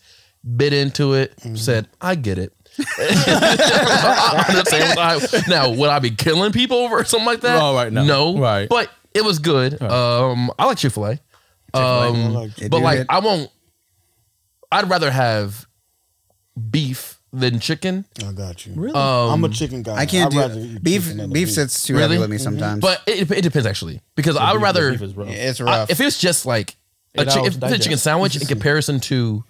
Speaker 4: Bit into it, said, I get
Speaker 6: [LAUGHS]
Speaker 4: it. [LAUGHS] I understand what I- now, would I be killing people over or something like that?
Speaker 6: No, right, no.
Speaker 4: No.
Speaker 6: Right.
Speaker 4: But it was good. Um I like Chick-fil-A.
Speaker 3: I
Speaker 4: Um
Speaker 3: like
Speaker 1: They
Speaker 4: but
Speaker 1: do
Speaker 4: like
Speaker 1: it.
Speaker 4: I won't I'd rather have beef than chicken.
Speaker 3: I got you. Um,
Speaker 6: Really?
Speaker 3: I'm a chicken guy.
Speaker 1: I can't
Speaker 3: I'd rather
Speaker 1: do
Speaker 3: eat
Speaker 1: beef.
Speaker 3: chicken than
Speaker 1: Beef sits too
Speaker 4: Really? Mm-hmm.
Speaker 1: heavy with me sometimes.
Speaker 4: But it, it depends actually. Because I would rather
Speaker 6: Beef is rough.
Speaker 1: it's
Speaker 4: I-
Speaker 1: rough.
Speaker 4: if it's just like a,
Speaker 6: Eight
Speaker 4: chi-
Speaker 6: hours
Speaker 4: if
Speaker 6: to
Speaker 4: it's a chicken
Speaker 6: digest.
Speaker 4: sandwich in comparison to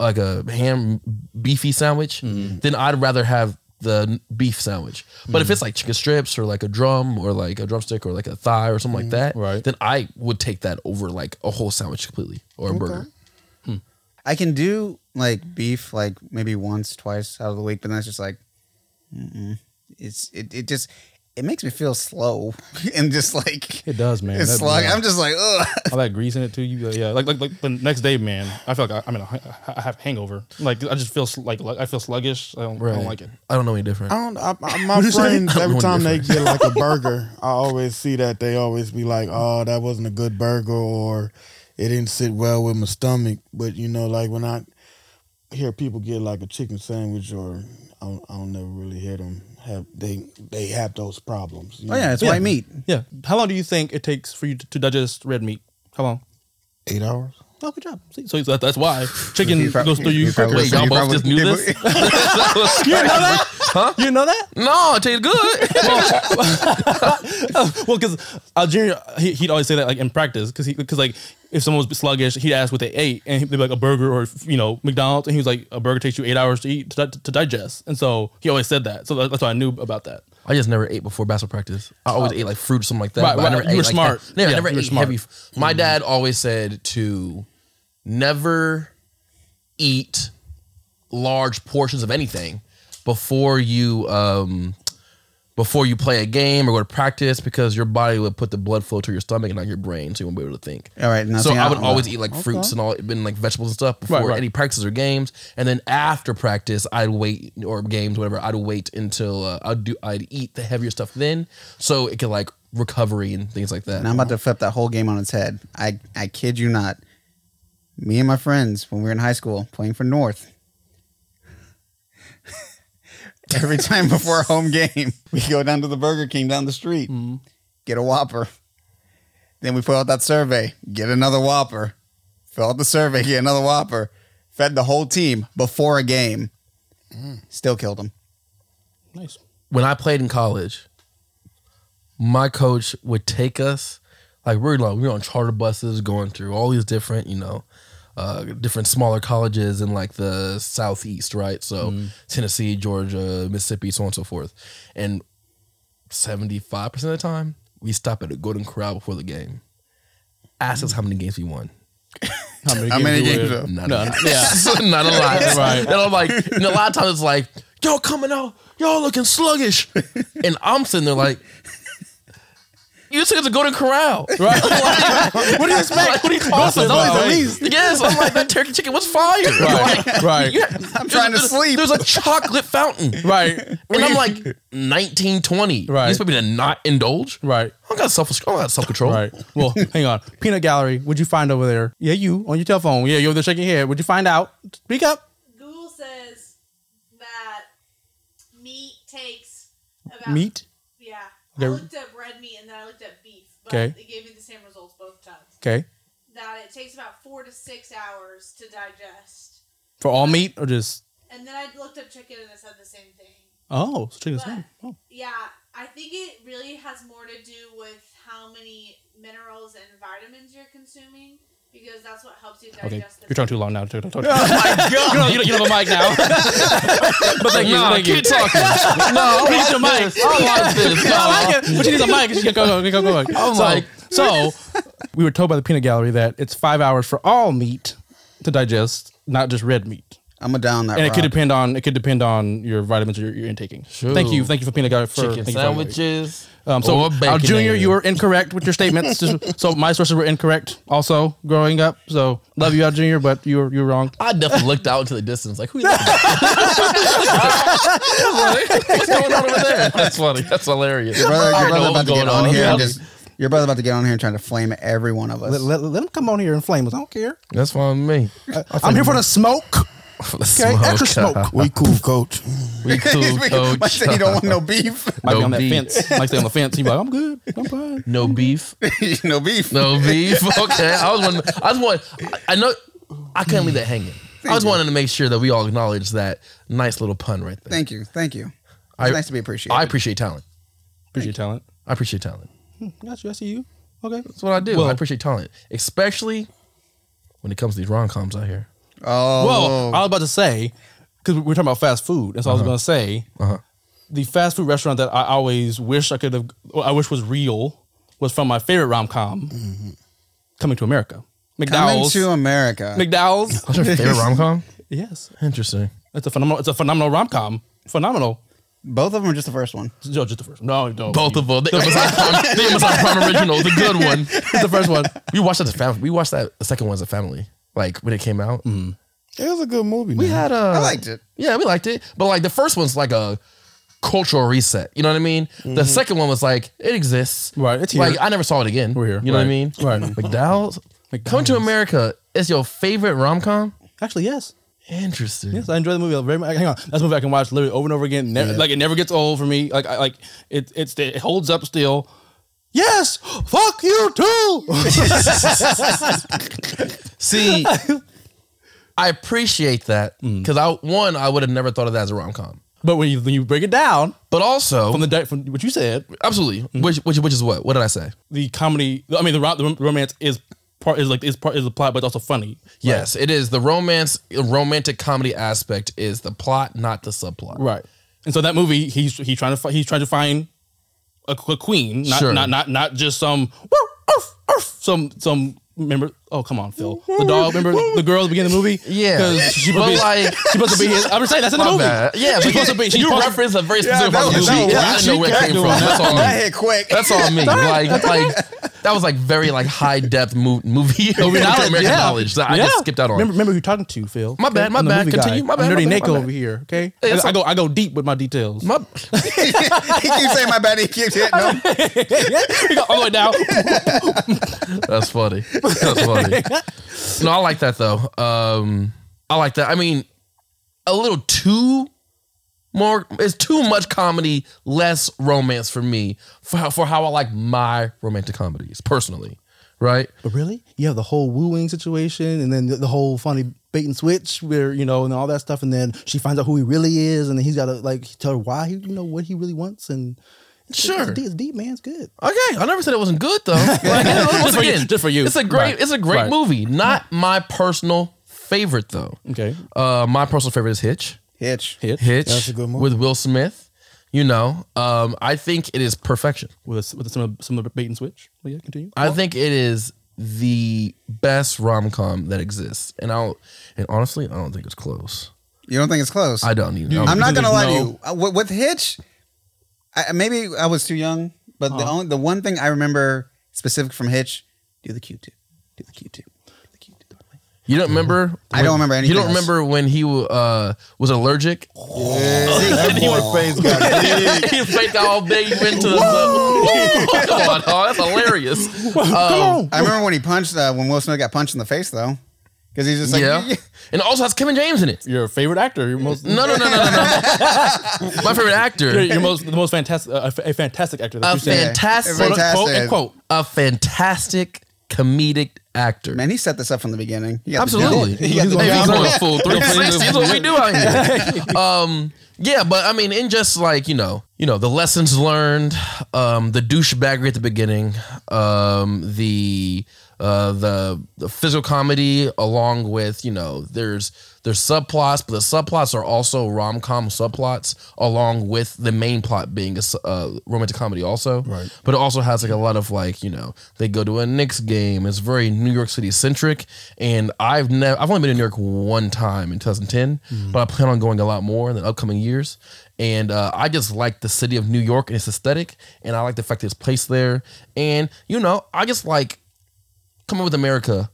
Speaker 4: like a ham beefy sandwich,
Speaker 6: Mm-hmm.
Speaker 4: then I'd rather have the n- beef sandwich. But if it's like chicken strips or like a drum or like a drumstick or like a thigh or something like that,
Speaker 6: Mm-hmm. Right.
Speaker 4: then I would take that over like a whole sandwich completely or a burger.
Speaker 1: I can do like beef like maybe once, twice out of the week, but that's just like, mm-mm. it's it, it just it makes me feel slow [LAUGHS] and just like
Speaker 6: It does, man.
Speaker 1: It's
Speaker 6: That-
Speaker 1: slug.
Speaker 6: yeah.
Speaker 1: I'm just like, ugh.
Speaker 6: all that grease in it too. You yeah, like like like the next day, man. I feel like I, I'm in a, hi- I have hangover. Like I just feel sl- like, like I feel sluggish. I don't, I don't like it.
Speaker 4: I don't know any different.
Speaker 3: I don't. I, I, my
Speaker 4: you say? [LAUGHS]
Speaker 3: friends,
Speaker 4: I'm
Speaker 3: every
Speaker 4: going
Speaker 3: time they
Speaker 4: different.
Speaker 3: get like a burger, I always see that they always be like, "Oh, that wasn't a good burger," or "It didn't sit well with my stomach." But you know, like when I hear people get like a chicken sandwich, or I don't, I don't never really hear them have they they have those problems. you
Speaker 1: Oh yeah,
Speaker 3: know.
Speaker 1: it's white meat.
Speaker 5: Yeah. How long do you think it takes for you to, to digest red meat? How long?
Speaker 3: eight hours.
Speaker 5: Oh, good job. See, so that, that's why chicken goes through you.
Speaker 1: You probably-
Speaker 5: quicker.
Speaker 4: Wait, y'all
Speaker 1: You
Speaker 4: both
Speaker 1: probably-
Speaker 4: just knew this?
Speaker 6: [LAUGHS]
Speaker 4: you know
Speaker 5: [LAUGHS] that?
Speaker 4: Huh?
Speaker 5: You know that?
Speaker 4: No, it tastes good.
Speaker 6: [LAUGHS]
Speaker 5: [LAUGHS] Well, because Algeria, he, he'd always say that like in practice, because because like if someone was sluggish, he'd ask what they ate, and he'd be like a burger or you know McDonald's, and he was like a burger takes you eight hours to eat to, di- to digest, and so he always said that. So that- that's why I knew about that.
Speaker 4: I just never ate before basketball practice. I always ate like fruit or something like that.
Speaker 5: Right,
Speaker 4: but
Speaker 5: right.
Speaker 4: I never
Speaker 5: You
Speaker 4: ate
Speaker 5: were
Speaker 4: like
Speaker 5: smart.
Speaker 4: he- Yeah,
Speaker 5: Yeah,
Speaker 4: I never
Speaker 5: you were
Speaker 4: ate
Speaker 5: smart.
Speaker 4: heavy. f- My dad always said to never eat large portions of anything before you um before you play a game or go to practice because your body would put the blood flow to your stomach and not your brain, so you won't be able to think.
Speaker 1: All right, now
Speaker 4: so
Speaker 1: see,
Speaker 4: I
Speaker 1: I
Speaker 4: would
Speaker 1: don't
Speaker 4: always
Speaker 1: know.
Speaker 4: eat like
Speaker 1: Okay.
Speaker 4: fruits and all, been like vegetables and stuff before
Speaker 5: Right, right.
Speaker 4: any practices or games, and then after practice, I'd wait or games, whatever. I'd wait until uh, I'd do. I'd eat the heavier stuff then, so it could like recovery and things like that.
Speaker 1: And I'm about to flip that whole game on its head. I I kid you not. Me and my friends when we were in high school playing for North. [LAUGHS] Every time before a home game, [LAUGHS] we go down to the Burger King down the street,
Speaker 5: Mm-hmm.
Speaker 1: get a Whopper. Then we fill out that survey, get another Whopper. Fill out the survey, get another Whopper. Fed the whole team before a game.
Speaker 5: Mm.
Speaker 1: Still killed them.
Speaker 5: Nice.
Speaker 4: when I played in college, my coach would take us like we're like we were on charter buses going through all these different you know uh, different smaller colleges in like the southeast, right? So Tennessee, Georgia, Mississippi, so on and so forth. And seventy five percent of the time, we stop at a Golden Corral before the game. Ask us how many games we won.
Speaker 5: How many
Speaker 1: How many
Speaker 5: you
Speaker 1: games
Speaker 5: win?
Speaker 1: though?
Speaker 4: Not
Speaker 5: No,
Speaker 4: a lot.
Speaker 5: yeah.
Speaker 4: [LAUGHS] not a lot.
Speaker 5: Right.
Speaker 4: And I'm like, and a lot of times it's like, y'all coming out, y'all looking sluggish. And I'm sitting there like, you just took us to Golden Corral. [LAUGHS]
Speaker 5: Right.
Speaker 4: what do you expect? What are you talking
Speaker 5: Golden
Speaker 4: about?
Speaker 5: Corral,
Speaker 4: Like,
Speaker 5: least.
Speaker 4: Yes, I'm like, that turkey chicken was fire. [LAUGHS]
Speaker 5: Right. Right.
Speaker 1: I'm trying to
Speaker 4: There's-
Speaker 1: sleep.
Speaker 4: There's a chocolate fountain.
Speaker 5: [LAUGHS] Right.
Speaker 4: And I'm like, 1920.
Speaker 5: Right.
Speaker 4: You expect me to not indulge?
Speaker 5: Right.
Speaker 4: I don't got self, I don't got self-control.
Speaker 5: Right. Well, hang on. Peanut Gallery, what'd you find over there? Yeah, you on your telephone. Yeah, you're over there shaking your head. What'd you find out? Speak up.
Speaker 2: Google says that meat takes about
Speaker 5: Meat.
Speaker 2: Yeah,
Speaker 5: Okay.
Speaker 2: I looked up red meat and then I looked up beef, but
Speaker 5: Okay.
Speaker 2: it gave me the same results both times.
Speaker 5: Okay.
Speaker 2: That it takes about four to six hours to digest,
Speaker 5: For all meat or just
Speaker 2: and then I looked up chicken and it said the same thing.
Speaker 5: oh, so chicken
Speaker 2: But-
Speaker 5: sandwich. Oh.
Speaker 2: Yeah, I think it really has more to do with how many minerals and vitamins you're consuming because that's what helps you digest.
Speaker 5: Okay,
Speaker 2: the
Speaker 5: you're talking too long now. Talk- talk- talk. You don't- you don't have a mic now. but thank you.
Speaker 4: Nah,
Speaker 5: thank you.
Speaker 4: keep talking. no,
Speaker 5: You need your mic.
Speaker 4: I like this.
Speaker 5: No, I like it. But she needs a mic. She can go, go, go, go, go.
Speaker 4: I'm
Speaker 5: so,
Speaker 4: like-
Speaker 5: so we were told by the peanut gallery that it's five hours for all meat to digest, not just red meat.
Speaker 1: I'm a down that
Speaker 5: And it could
Speaker 1: rock.
Speaker 5: depend on it could depend on your vitamins you're, you're intaking. Thank you, thank you for peanut gallery for
Speaker 4: chicken
Speaker 5: thank you for-
Speaker 4: sandwiches.
Speaker 5: Um, so,
Speaker 4: or
Speaker 5: Al Junior,
Speaker 4: baconator.
Speaker 5: you were incorrect with your
Speaker 1: [LAUGHS]
Speaker 5: statements. Just- so my sources were incorrect also growing up. So love you, Al Junior, but you were you were wrong.
Speaker 4: I definitely looked out into the distance, like who? You looking at? [LAUGHS] What's going on over there? That's funny. That's hilarious.
Speaker 1: Your brother,
Speaker 4: I
Speaker 1: your
Speaker 4: don't know
Speaker 1: brother about
Speaker 4: what's
Speaker 1: to get
Speaker 4: going
Speaker 1: on here and
Speaker 4: Yeah.
Speaker 1: just. Your brother about to get on here and trying to flame every one of us.
Speaker 5: Let, let, let him come on here and flame us. I don't care.
Speaker 4: That's fine with me.
Speaker 5: I'm here for the smoke. Okay, extra smoke.
Speaker 3: [LAUGHS] We cool, coach.
Speaker 4: [LAUGHS]
Speaker 1: [LAUGHS]
Speaker 4: We cool,
Speaker 1: Mike
Speaker 4: coach.
Speaker 1: said he don't want no beef. [LAUGHS]
Speaker 5: Might
Speaker 4: No
Speaker 5: be on that
Speaker 4: beef.
Speaker 5: fence. Might stay on the fence. He's like, I'm good. I'm fine.
Speaker 4: No beef.
Speaker 1: no beef.
Speaker 4: No beef. Okay. I was wondering. I just want. I I know. I couldn't leave that hanging. I just wanted to make sure that we all acknowledge that nice little pun right there.
Speaker 1: Thank you. Thank you. It's
Speaker 4: I-
Speaker 1: nice to be appreciated.
Speaker 4: I appreciate talent.
Speaker 5: Appreciate talent.
Speaker 4: I appreciate talent.
Speaker 5: Got you. I see you. Okay.
Speaker 4: That's what I do.
Speaker 5: Well-
Speaker 4: I appreciate talent, especially when it comes to these rom coms out here.
Speaker 1: oh,
Speaker 5: Well, I was about to say, because we were talking about fast food, and so I was going to say,
Speaker 4: Uh-huh.
Speaker 5: the fast food restaurant that I always wish I could have, or I wish was real, was from my favorite rom com, Coming to America.
Speaker 1: coming
Speaker 5: McDowell's.
Speaker 1: to America.
Speaker 4: [LAUGHS]
Speaker 5: McDowell's.
Speaker 4: What's your
Speaker 1: [LAUGHS]
Speaker 4: favorite rom com?
Speaker 5: yes,
Speaker 4: Interesting.
Speaker 5: it's a phenomenal. It's a phenomenal rom com. Phenomenal.
Speaker 1: Both of them are just the first one.
Speaker 5: No, just the first. No, no.
Speaker 4: Both of them. The Amazon Prime, the Amazon Prime original, the good one.
Speaker 5: It's the first one.
Speaker 4: We watched that as a family. We watched that the second one as a family. Like when it came out,
Speaker 3: It was a good movie.
Speaker 4: we
Speaker 3: man.
Speaker 4: had uh, a.
Speaker 1: Mm-hmm. I liked it.
Speaker 4: Yeah, we liked it. But like the first one's like a cultural reset. You know what I mean? The second one was like it exists.
Speaker 5: Mm-hmm. Right, it's
Speaker 4: Like
Speaker 5: here.
Speaker 4: I never saw it again.
Speaker 5: We're here.
Speaker 4: You know what I
Speaker 5: Right.
Speaker 4: mean?
Speaker 5: Right.
Speaker 4: McDowell's. Come to America is your favorite rom com.
Speaker 5: Actually, yes.
Speaker 4: Interesting.
Speaker 5: Yes, I enjoy the movie very much. Hang on, that's a movie I can watch literally over and over again. Ne- Like it never gets old for me. Like I like it. It's it holds up still. Yes, [GASPS] fuck you too. [LAUGHS]
Speaker 4: See, I appreciate that
Speaker 5: Mm.
Speaker 4: because I one I would have never thought of that as a rom com,
Speaker 5: but when you when you break it down
Speaker 4: but also
Speaker 5: from the Mm. di- from what you said,
Speaker 4: absolutely which, which which is what what did I say?
Speaker 5: the comedy. I mean, the, rom- the rom- romance is part is like is part is the plot, but it's also funny.
Speaker 4: Yes, it is the romance romantic comedy aspect is the plot, not the subplot.
Speaker 5: Right. And so that movie, he's he's trying to fi- he's trying to find a, a queen, not
Speaker 4: Sure.
Speaker 5: not not not just some "Woof, oof, oof," some some remember. Oh come on, Phil, the dog. Remember the girl at the beginning of the movie?
Speaker 4: Yeah.
Speaker 5: 'Cause she supposed to
Speaker 4: But
Speaker 5: be, [LAUGHS]
Speaker 4: like-
Speaker 5: she supposed to be his. I'm just saying that's in the
Speaker 4: My
Speaker 5: movie.
Speaker 4: bad. Yeah,
Speaker 5: she's
Speaker 4: but
Speaker 5: supposed to be. She's
Speaker 4: you
Speaker 5: supposed to-
Speaker 4: referenced a very specific
Speaker 1: that
Speaker 4: part of
Speaker 1: was-
Speaker 4: the movie.
Speaker 1: that
Speaker 4: I
Speaker 1: was-
Speaker 4: didn't know where it
Speaker 3: she
Speaker 4: came
Speaker 3: kept
Speaker 4: from. That's
Speaker 1: [LAUGHS]
Speaker 4: on
Speaker 1: That
Speaker 4: me.
Speaker 1: hit quick.
Speaker 4: That's on me. Like like that was like very like high depth mo- movie
Speaker 5: Movie knowledge,
Speaker 4: American
Speaker 5: yeah.
Speaker 4: knowledge that I
Speaker 5: Yeah.
Speaker 4: just skipped out on.
Speaker 5: Remember, remember who you're talking to, Phil.
Speaker 4: My bad,
Speaker 5: Okay?
Speaker 4: my
Speaker 5: I'm the
Speaker 4: bad.
Speaker 5: movie guy.
Speaker 4: Continue. My bad,
Speaker 5: I'm Nerdy
Speaker 4: my bad,
Speaker 5: Nako
Speaker 4: my bad.
Speaker 5: over here. Okay,
Speaker 4: Hey,
Speaker 5: I,
Speaker 4: it's
Speaker 5: I go I go deep with my details.
Speaker 4: My-
Speaker 1: [LAUGHS] he keeps saying my bad. He keeps hitting him.
Speaker 5: We go all the way down.
Speaker 4: That's funny. That's funny. No, I like that though. Um, I like that. I mean, a little too more. It's too much comedy, less romance for me. For how, for how I like my romantic comedies personally, right?
Speaker 5: But Oh, really, you have the whole wooing situation, and then the, the whole funny bait and switch, where you know, and all that stuff, and then she finds out who he really is, and then he's got to like tell her why he, you know, what he really wants, and it's,
Speaker 4: Sure.
Speaker 5: it's, deep- it's deep, man. It's good.
Speaker 4: Okay, I never said it
Speaker 5: [LAUGHS]
Speaker 4: wasn't good though. Like, once
Speaker 5: for you-
Speaker 4: again,
Speaker 5: just for you.
Speaker 4: It's a great.
Speaker 5: Right.
Speaker 4: It's a great
Speaker 5: Right.
Speaker 4: movie. Not my personal favorite though.
Speaker 5: Okay,
Speaker 4: Uh, my personal favorite is Hitch.
Speaker 1: Hitch.
Speaker 5: hit
Speaker 4: Hitch
Speaker 3: That's a good movie.
Speaker 4: with Will Smith. You know, um, I think it is perfection.
Speaker 5: with a, with some of, some of the bait and switch. Well, yeah, continue.
Speaker 4: I think it is the best rom com that exists, and I will and honestly, I don't think it's close.
Speaker 1: You don't think it's close?
Speaker 4: I don't even. know.
Speaker 1: I'm not gonna lie to
Speaker 5: no-
Speaker 1: you. Uh, With, with Hitch, I, I- maybe I was too young, but the only the one thing I remember specific from Hitch, do the Q-tip, do the Q-tip, do the Q-tip.
Speaker 4: You don't remember?
Speaker 1: I don't remember
Speaker 4: You
Speaker 1: anything
Speaker 4: don't
Speaker 1: else.
Speaker 4: remember when he uh, was allergic?
Speaker 1: See,
Speaker 3: [LAUGHS]
Speaker 4: [LAUGHS] he faked all big. He went to the. Whoa! [LAUGHS] Come on, dog, that's hilarious. Um,
Speaker 1: I remember when he punched uh, when Will Smith got punched in the face though, because he's just like,
Speaker 4: yeah, and it also has Kevin James in it.
Speaker 5: Your favorite actor, your most
Speaker 4: No, no, no, no, no, no. My favorite
Speaker 5: your,
Speaker 4: actor,
Speaker 5: your most the most fantastic uh, a fantastic actor. That
Speaker 4: a
Speaker 5: you said.
Speaker 4: fantastic,
Speaker 1: Quote,
Speaker 5: Quote and quote.
Speaker 4: a fantastic comedic actor.
Speaker 1: man, he set this up from the beginning. He got the
Speaker 4: Absolutely.
Speaker 1: deal. He got the
Speaker 4: Hey,
Speaker 1: deal.
Speaker 4: he's
Speaker 5: Yeah,
Speaker 4: going [LAUGHS]
Speaker 5: I'm-
Speaker 4: full 360. That's what we do out here. [LAUGHS] Um, yeah, but I mean, in just like you know, you know, the lessons learned, um, the douchebaggery at the beginning, um, the uh, the the physical comedy, along with you know, there's there's subplots, but the subplots are also rom com subplots, along with the main plot being a s- uh, romantic comedy, also. Right. But it also has like a lot of like you know, they go to a Knicks game. It's very New York City centric, and I've never I've only been in New York one time in 2010,
Speaker 5: Mm-hmm.
Speaker 4: but I plan on going a lot more in the upcoming years. And uh, I just like the city of New York and its aesthetic, and I like the fact that it's placed there. And you know, I just like coming with America,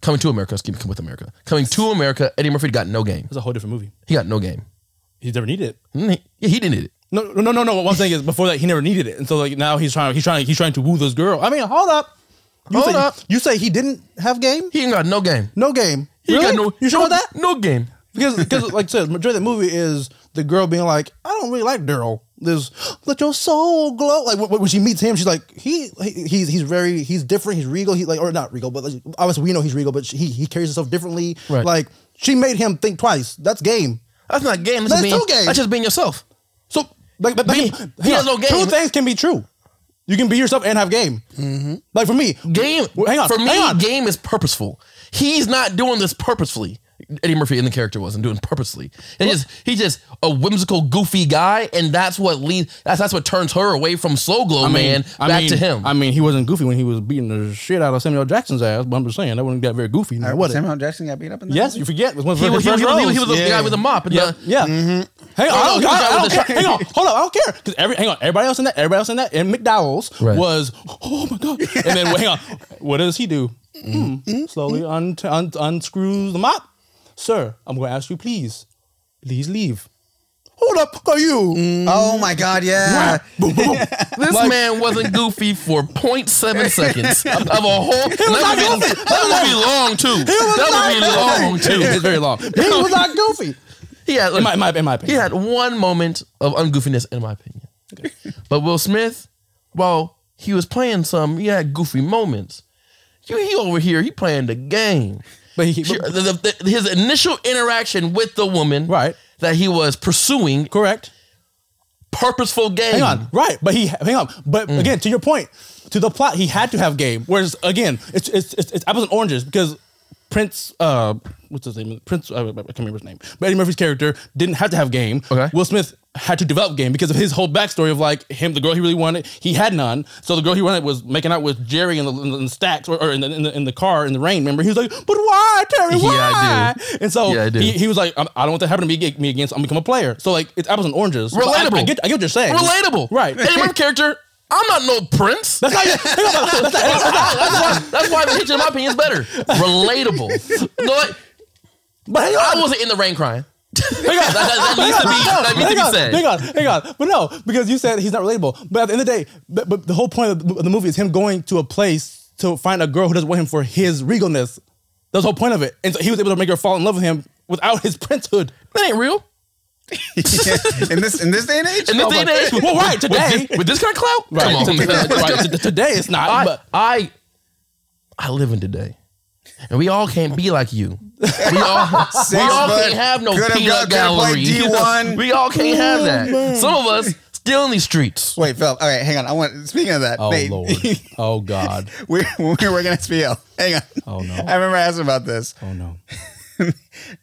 Speaker 4: coming to America. Excuse me, coming with America, coming to America. Eddie Murphy got no game.
Speaker 5: It's a whole different movie.
Speaker 4: He got no game.
Speaker 5: He's never needed it.
Speaker 4: Mm, He, he didn't need it.
Speaker 5: No, no, no, no. What I'm saying is, before that, he never needed it, and so like now he's trying, he's trying, he's trying to woo this girl. I mean, hold up, you
Speaker 4: Hold
Speaker 5: say,
Speaker 4: up.
Speaker 5: You say he didn't have game,
Speaker 4: He ain't got no game.
Speaker 5: no game.
Speaker 4: He
Speaker 5: really?
Speaker 4: got no.
Speaker 5: you sure
Speaker 4: no,
Speaker 5: about that?
Speaker 4: No game.
Speaker 5: Because, because, like I said, majority of the movie is the girl being like, I don't really like Daryl. There's let your soul glow. Like when, when she meets him, she's like, he, he he's he's very he's different. He's regal. He's like or not regal, but like, obviously we know he's regal, but he he carries himself differently.
Speaker 4: Right.
Speaker 5: Like she made him think twice. That's game.
Speaker 4: That's not game. That's,
Speaker 5: That's
Speaker 4: just being,
Speaker 5: no game.
Speaker 4: That's just being yourself.
Speaker 5: So like, but, but
Speaker 4: Me,
Speaker 5: hang
Speaker 4: he has
Speaker 5: on.
Speaker 4: no game.
Speaker 5: Two things can be true. You can be yourself and have game. Like for me,
Speaker 4: Mm-hmm. Game.
Speaker 5: Well, hang on.
Speaker 4: For me,
Speaker 5: hang on.
Speaker 4: game is purposeful. He's not doing this purposefully. Eddie Murphy in the character wasn't doing purposely. It just he's just a whimsical, goofy guy, and that's what leads. That's that's what turns her away from Slow Glow Man back
Speaker 5: mean,
Speaker 4: to him.
Speaker 5: I mean, he wasn't goofy when he was beating the shit out of Samuel Jackson's ass. But I'm just saying that wasn't that very goofy. Now, was it?
Speaker 1: Samuel Jackson got beat up in that.
Speaker 5: Yes, you forget. It was one of
Speaker 4: he
Speaker 5: the
Speaker 4: was, he, was,
Speaker 5: first
Speaker 4: he, was, he was-
Speaker 5: roles.
Speaker 4: he was the guy with the mop. And
Speaker 5: yeah,
Speaker 4: the,
Speaker 5: yeah. Hang on, I
Speaker 4: no,
Speaker 5: don't,
Speaker 4: he was
Speaker 5: I,
Speaker 4: the guy
Speaker 5: I don't
Speaker 4: with the
Speaker 5: care.
Speaker 4: shirt.
Speaker 5: Hang on, hold on, I don't care because every hang on, everybody else in that, everybody else in that, and McDowell's
Speaker 4: Right.
Speaker 5: was oh my god. And then hang on, what does he do? Hmm. Slowly un- un- unscrews the mop. Sir, I'm going to ask you, please, please leave.
Speaker 3: Who the fuck are you?
Speaker 1: Oh my god,
Speaker 5: [LAUGHS]
Speaker 1: yeah.
Speaker 4: This man wasn't goofy for 0.7
Speaker 5: [LAUGHS]
Speaker 4: seconds of a whole. That would, be, that would be long too. That would be long too.
Speaker 5: It's very long. He was not goofy.
Speaker 4: He had,
Speaker 5: In my, in my, in my
Speaker 4: he
Speaker 5: opinion.
Speaker 4: had one moment of ungoofiness, in my opinion.
Speaker 5: [LAUGHS]
Speaker 4: But Will Smith, while he was playing some, he had goofy moments. You, he over here, he playing the game.
Speaker 5: But he,
Speaker 4: She- the- the- his initial interaction with the woman,
Speaker 5: Right.
Speaker 4: that he was pursuing
Speaker 5: correct.
Speaker 4: purposeful game. Mm.
Speaker 5: Hang on, right? But he hang on. But again, to your point, to the plot, he had to have game. Whereas again, it's it's it's, it's apples and oranges because Prince, uh, what's his name? Prince, uh, I can't remember his name. But Eddie Murphy's character didn't have to have game.
Speaker 4: Okay.
Speaker 5: Will Smith had to develop game because of his whole backstory of like him, the girl he really wanted, he had none. So the girl he wanted was making out with Jerry in the, in the, in the stacks or, or in, the, in the in the car in the rain. Remember, he was like, "But why, Terry?
Speaker 4: Yeah,
Speaker 5: Why?"
Speaker 4: I do.
Speaker 5: And so
Speaker 4: Yeah, I do.
Speaker 5: he, he was like, "I'm- "I don't want that to happen to me, me again. So I'm gonna become a player." So like, it's apples and oranges. So I-
Speaker 4: Relatable.
Speaker 5: I, get, I get what you're saying.
Speaker 4: Relatable,
Speaker 5: Right.
Speaker 4: Eddie Murphy character. I'm not no prince. That's,
Speaker 5: That's not, hang on, that's not- that's not-
Speaker 4: why, that's why the kitchen, in my opinion, is
Speaker 5: [LAUGHS]
Speaker 4: better. Relatable. You know what?
Speaker 5: but hang on,
Speaker 4: I wasn't in the rain crying.
Speaker 5: hang on,
Speaker 4: that needs to be- that needs to be said.
Speaker 5: hang on, hang on. But no, because you said he's not relatable. But at the end of the day, but, but the whole point of the- of the movie is him going to a place to find a girl who doesn't want him for his regalness. That's the whole point of it. And so he was able to make her fall in love with him without his princehood.
Speaker 4: That ain't real.
Speaker 1: [LAUGHS] in this in this day and age?
Speaker 4: And
Speaker 5: Oh
Speaker 4: this thing that-
Speaker 5: Well, right, today.
Speaker 4: with, thi- with this kind of clout, come
Speaker 5: Right, uh,
Speaker 4: on. [LAUGHS]
Speaker 5: to- right, to- to- today it's not.
Speaker 4: I,
Speaker 5: but
Speaker 4: I I live in today. And we all can't be like you. We [LAUGHS] all, we all
Speaker 1: foot,
Speaker 4: can't have no
Speaker 1: could've
Speaker 4: peanut
Speaker 1: got- could've
Speaker 4: gallery.
Speaker 1: played D1.
Speaker 4: [LAUGHS] We all can't have that. Some of us still in these streets.
Speaker 1: Oh, Wait, Phil. All right, hang on. I want speaking of that,
Speaker 5: oh
Speaker 1: Nate,
Speaker 5: lord, oh god,
Speaker 1: [LAUGHS] we, when we were working at SPL, hang on.
Speaker 5: Oh, no.
Speaker 1: I remember asking about this.
Speaker 5: oh no.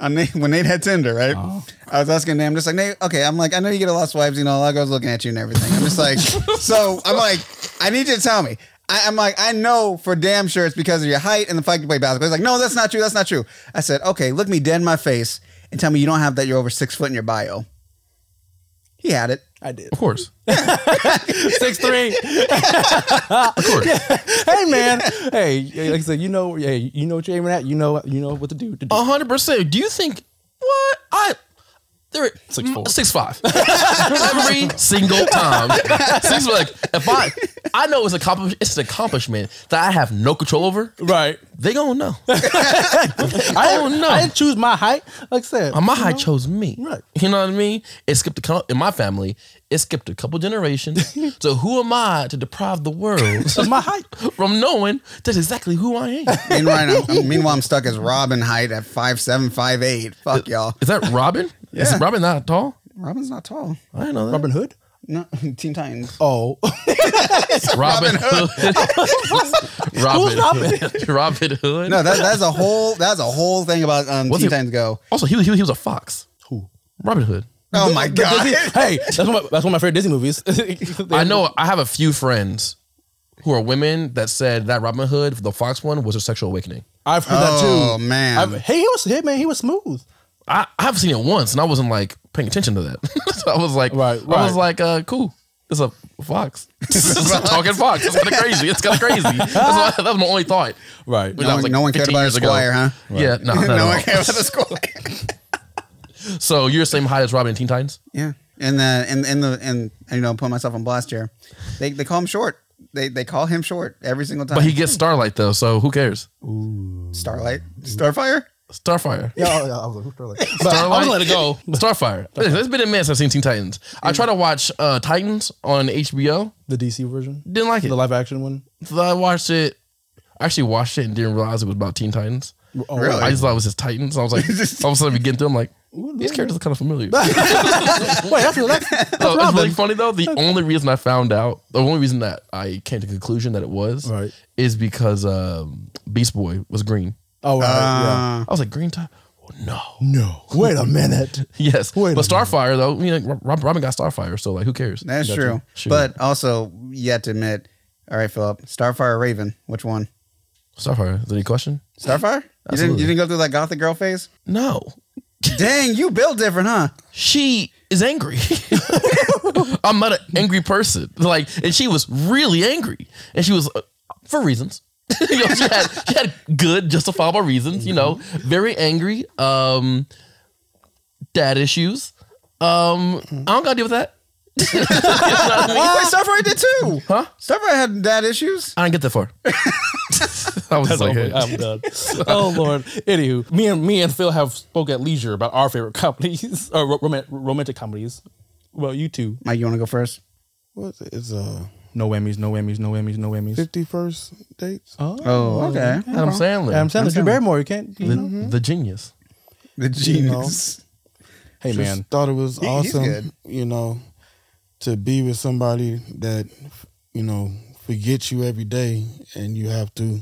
Speaker 1: on Nate, [LAUGHS] when Nate had Tinder, right?
Speaker 4: Oh.
Speaker 1: I was asking Nate, I'm just like, Nate, okay, I'm like, I know you get a lot of swipes, you know, a lot of girls looking at you and everything. I'm just
Speaker 4: [LAUGHS]
Speaker 1: like, so I'm like, I need you to tell me. I, I'm like, I know for damn sure it's because of your height and the fact you play basketball. He's like, no, that's not true. That's not true. I said, okay, look me dead in my face and tell me you don't have that. You're over six foot in your bio. He had it.
Speaker 5: I did [LAUGHS]
Speaker 4: Of [LAUGHS] course.
Speaker 5: six
Speaker 4: [LAUGHS]
Speaker 5: three.
Speaker 4: Of course.
Speaker 5: hey man, hey, like I said, you know, hey, you know what you're aiming at. You know, you know what to do. To do.
Speaker 4: A hundred percent. Do you think what I there
Speaker 5: Six four.
Speaker 4: six five [LAUGHS] every single time? Six like if I I know it's accomplish it's an accomplishment that I have no control over.
Speaker 5: Right.
Speaker 4: They gonna know.
Speaker 5: I
Speaker 4: Oh,
Speaker 5: didn't,
Speaker 4: no.
Speaker 5: I didn't choose my height. Like [LAUGHS] I said,
Speaker 4: Uh, my high chose me.
Speaker 5: Right.
Speaker 4: You know what I mean? It skipped a couple in my family. It skipped a couple generations. so who am I to deprive the world
Speaker 5: it's my height.
Speaker 4: [LAUGHS] from knowing that's exactly who I am?
Speaker 1: Meanwhile,
Speaker 4: [LAUGHS]
Speaker 1: I'm, meanwhile, I'm stuck as Robin height at five seven five eight.
Speaker 4: Uh,
Speaker 1: Fuck y'all.
Speaker 4: Is that Robin? Is
Speaker 1: Yeah.
Speaker 4: Robin not tall?
Speaker 1: Robin's not tall.
Speaker 4: I didn't know that.
Speaker 5: Robin Hood.
Speaker 1: No, [LAUGHS] Teen Titans.
Speaker 5: Oh,
Speaker 4: Robin, Hood. Robin,
Speaker 5: Who's Robin?
Speaker 4: Hood. Robin Hood.
Speaker 1: No, that, that's a whole that's a whole thing about um,
Speaker 4: What's
Speaker 1: Teen
Speaker 4: it-
Speaker 1: Titans Go.
Speaker 4: Also, he was, he was he was a fox.
Speaker 5: Who?
Speaker 4: Robin Hood.
Speaker 1: Oh my
Speaker 5: The
Speaker 1: god!
Speaker 5: Disney- [LAUGHS]
Speaker 1: [LAUGHS]
Speaker 5: hey, that's one. Of my, that's one of my favorite Disney movies. [LAUGHS] They-
Speaker 4: I know. I have a few friends who are women that said that Robin Hood, the fox one, was a sexual awakening.
Speaker 5: I've heard that too.
Speaker 1: Oh man!
Speaker 5: I've- hey, he was hey man. He was smooth.
Speaker 4: I, I've seen it once and I wasn't like paying attention to that. [LAUGHS] so I was like,
Speaker 5: Right,
Speaker 4: I
Speaker 5: right.
Speaker 4: was like, uh, cool. It's a fox. [LAUGHS] It's a talking fox. It's kind of crazy. It's kind of crazy. That's why, that was my only thought.
Speaker 5: Right.
Speaker 4: When
Speaker 1: no,
Speaker 4: I was
Speaker 1: one-
Speaker 4: like
Speaker 1: no one cared
Speaker 4: 15
Speaker 1: about a
Speaker 4: years ago.
Speaker 1: squire, huh?
Speaker 4: Yeah,
Speaker 1: [LAUGHS]
Speaker 4: no, not at
Speaker 1: no
Speaker 4: all.
Speaker 1: one cared about the squire.
Speaker 4: So you're the same height as Robin in Teen Titans?
Speaker 1: [LAUGHS] yeah, and the and and the and you know, put myself on blast here. They they call him short. They they call him short every single time.
Speaker 4: But he gets Starlight though, so who cares?
Speaker 1: Starlight, Starfire.
Speaker 4: Starfire.
Speaker 5: Yeah, I- I was like, who's Starlight? But I- I was
Speaker 4: Starlight.
Speaker 5: gonna let it go. [LAUGHS]
Speaker 4: Starfire. Listen, It's been a minute since I've seen Teen Titans. I tried to watch uh, Titans on HBO.
Speaker 5: The DC version,
Speaker 4: Didn't like it.
Speaker 5: the live action one.
Speaker 4: So I watched it. I actually watched it and didn't realize it was about Teen Titans.
Speaker 5: Oh,
Speaker 1: Really?
Speaker 4: I just thought it was just Titans. I
Speaker 5: [LAUGHS]
Speaker 4: was like, all of a sudden we get through. I'm like, these characters are kind of familiar. so
Speaker 5: Wait, that's, that's, that's
Speaker 4: it's really
Speaker 5: Robin.
Speaker 4: funny though. The only reason I found out, the only reason that I came to the conclusion that it was,
Speaker 5: Right.
Speaker 4: is because um, Beast Boy was green.
Speaker 5: [LAUGHS] Oh, right, yeah.
Speaker 1: Uh,
Speaker 4: I was like, green tie? Oh, no.
Speaker 5: No. Wait a [LAUGHS] minute.
Speaker 4: [LAUGHS] Yes,
Speaker 5: Wait a
Speaker 4: but Starfire though. You know, Rob- Robin got Starfire, so like, who cares?
Speaker 1: That's
Speaker 4: Gotcha.
Speaker 1: true.
Speaker 4: Shoot.
Speaker 1: But also, you have to admit. All right, Philip. Starfire, or Raven. Which one?
Speaker 4: Starfire. Is there any question?
Speaker 1: Starfire. You didn't,
Speaker 4: Absolutely.
Speaker 1: you didn't go through that gothic girl phase.
Speaker 4: No.
Speaker 1: Dang, you built different, huh?
Speaker 4: She is angry. [LAUGHS] I'm not an angry person. Like, and she was really angry, and she was uh, for reasons. [LAUGHS] you know, she had she had good, justifiable
Speaker 5: Mm-hmm.
Speaker 4: reasons. You know, very angry. Um, dad issues. Um,
Speaker 5: Mm-hmm.
Speaker 4: I don't gotta deal with that.
Speaker 1: Oh, Surfright did too.
Speaker 4: Huh?
Speaker 1: Surfright had dad issues.
Speaker 4: I didn't get that far. [LAUGHS] I
Speaker 5: [LAUGHS]
Speaker 4: was
Speaker 5: That's
Speaker 4: like,
Speaker 5: okay. [LAUGHS] I'm done. oh Lord. Anywho, me and me and Phil have spoke at leisure about our favorite comedies [LAUGHS] or ro- roman- romantic comedies. Well, you two.
Speaker 1: Mike, you want to go first?
Speaker 3: What is it? It's uh, a
Speaker 5: No whammies. No whammies. No whammies. No whammies.
Speaker 3: fifty first dates.
Speaker 1: Oh, okay.
Speaker 4: Adam Sandler.
Speaker 5: Uh-huh. Adam Sandler, Drew Barrymore. You can't. you
Speaker 4: The,
Speaker 5: know.
Speaker 4: the genius.
Speaker 1: The genius.
Speaker 5: Hey
Speaker 3: Just
Speaker 5: man.
Speaker 3: thought it was
Speaker 1: He- he's good.
Speaker 3: awesome. You know, to be with somebody that you know forgets you every day, and you have to.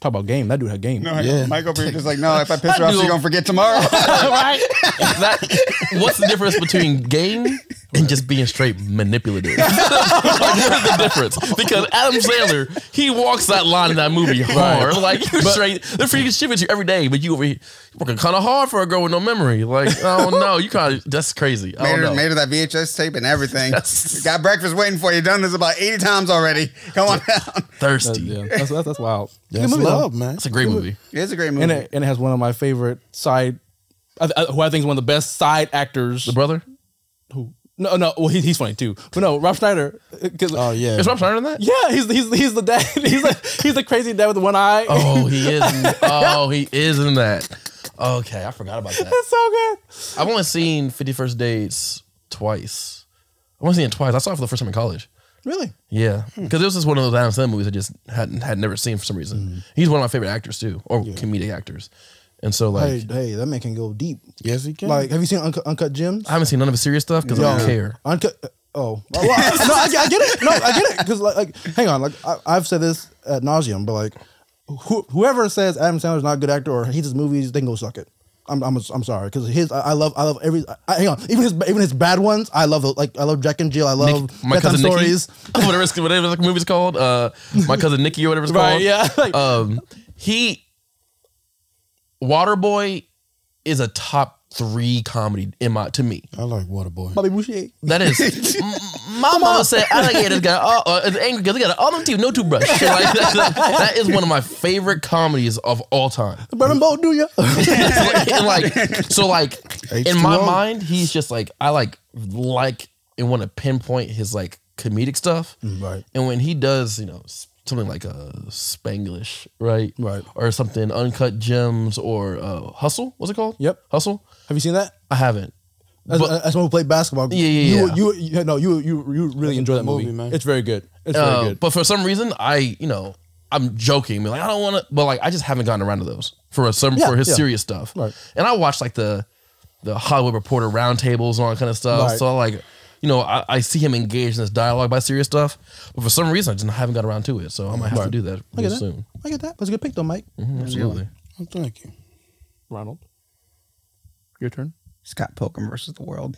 Speaker 5: Talk about game. That dude had [LAUGHS] game.
Speaker 1: No,
Speaker 3: Yeah.
Speaker 1: Mike over here just like, no, if I
Speaker 4: [LAUGHS]
Speaker 1: piss her off,
Speaker 4: do.
Speaker 1: she's gonna forget tomorrow.
Speaker 4: right?
Speaker 5: Mm-hmm.
Speaker 4: what's the difference between game and just being straight manipulative? [LAUGHS] like, what's the difference? Because Adam Sandler, he walks that line in that movie hard. Like you're straight, they're freaking shit with you every day, but you over here working kind of hard for a girl with no memory. Like I don't know, you kind of that's crazy. I
Speaker 1: made,
Speaker 4: don't
Speaker 1: her,
Speaker 4: know.
Speaker 1: made her that VHS tape and everything.
Speaker 4: Yes.
Speaker 1: Got breakfast waiting for you. Done this about 80 times already. Come on down. [LAUGHS]
Speaker 4: Thirsty.
Speaker 5: [LAUGHS] Yeah, that's, that's that's wild. Good
Speaker 3: That's
Speaker 5: movie, though.
Speaker 3: love, man.
Speaker 4: That's a great movie.
Speaker 1: It's a great movie.
Speaker 5: and it, and it has one of my favorite side, I, I, who I think is one of the best side actors.
Speaker 4: The brother.
Speaker 5: who, no, no, well he, he's funny too, but no, Rob Schneider. uh, 'cause-
Speaker 3: Oh yeah.
Speaker 4: Is Rob Schneider in that?
Speaker 5: yeah, he's he's he's the dad. [LAUGHS] He's like he's the crazy dad with the one eye. [LAUGHS]
Speaker 4: Oh, he is. in- oh, he is in that. Okay, I forgot about that.
Speaker 5: that's so good.
Speaker 4: I've only seen Fifty First Dates twice. I've only seen it twice. I saw it for the first time in college.
Speaker 5: Really,
Speaker 4: Yeah,
Speaker 5: Hmm.
Speaker 4: because it was just one of those Adam Sandler movies I just hadn't had never seen for some reason.
Speaker 5: Hmm.
Speaker 4: He's one of my favorite actors too, or comedic actors. And so like
Speaker 5: hey, hey, that man can go deep.
Speaker 3: Yes, he can.
Speaker 5: Like, have you seen Uncut, Uncut Gems?
Speaker 4: I haven't seen none of his serious stuff because I don't care.
Speaker 5: Uncut. Oh [LAUGHS] Well, I- no, I, I get it. No, I get it. Because like, like, hang on, like I, I've said this at nauseum, but like, who, whoever says Adam Sandler's not a good actor or hates his movies, they can go suck it. I'm I'm, I'm sorry because his I, I love I love every I, hang on even his even his bad ones I love those like I love Jack and Jill I love
Speaker 4: Nick- my
Speaker 5: Bedtime
Speaker 4: cousin
Speaker 5: Stories
Speaker 4: Nikki, [LAUGHS] whatever it's, whatever the movie's called, uh,
Speaker 5: [LAUGHS]
Speaker 4: my cousin Nikki or whatever it's
Speaker 5: right
Speaker 4: called.
Speaker 5: yeah [LAUGHS] like,
Speaker 4: Um, he Waterboy is a top three comedy in my to me.
Speaker 3: I like Waterboy.
Speaker 5: Bobby Boucher
Speaker 4: That
Speaker 5: [LAUGHS]
Speaker 4: is, M- my mama said, "I don't get this guy. Oh, uh, it's angry because he got all them teeth, no toothbrush." Like, that- that- that is one of my favorite comedies of all time. [LAUGHS]
Speaker 5: Brennan Boat do you
Speaker 4: And, like, so, like in my
Speaker 3: H2O.
Speaker 4: mind, he's just like I like like and want to pinpoint his like comedic stuff.
Speaker 5: Mm, right
Speaker 4: And when he does, you know, s- something like uh, Spanglish, right,
Speaker 5: [LAUGHS] Right.
Speaker 4: or something, Uncut Gems, or uh, Hustle, what's it called?
Speaker 5: Yep.
Speaker 4: Hustle.
Speaker 5: have you seen that
Speaker 4: I haven't.
Speaker 5: as,
Speaker 4: But-
Speaker 5: as someone who played basketball
Speaker 4: Yeah, yeah,
Speaker 5: you,
Speaker 4: yeah.
Speaker 5: you you no you you you really enjoy that movie,
Speaker 3: movie, man.
Speaker 5: it's very good it's
Speaker 4: Uh,
Speaker 5: very good
Speaker 4: But for some reason, I you know I'm joking, like I don't want to, but like I just haven't gotten around to those for some
Speaker 5: Yeah,
Speaker 4: for his
Speaker 5: yeah.
Speaker 4: serious stuff.
Speaker 5: Right.
Speaker 4: And I watch like the the Hollywood Reporter roundtables and all that kind of stuff.
Speaker 5: Right.
Speaker 4: So like you know I, I see him engaged in this dialogue by serious stuff, but for some reason I just haven't got around to it. So I might have to do that
Speaker 5: I
Speaker 4: real
Speaker 5: get Mm-hmm. that
Speaker 4: soon.
Speaker 5: I get that that's a good pick though Mike
Speaker 4: Mhm, Absolutely.
Speaker 3: Oh, thank you.
Speaker 5: Ronald. Your turn.
Speaker 1: Scott Pilgrim versus the world.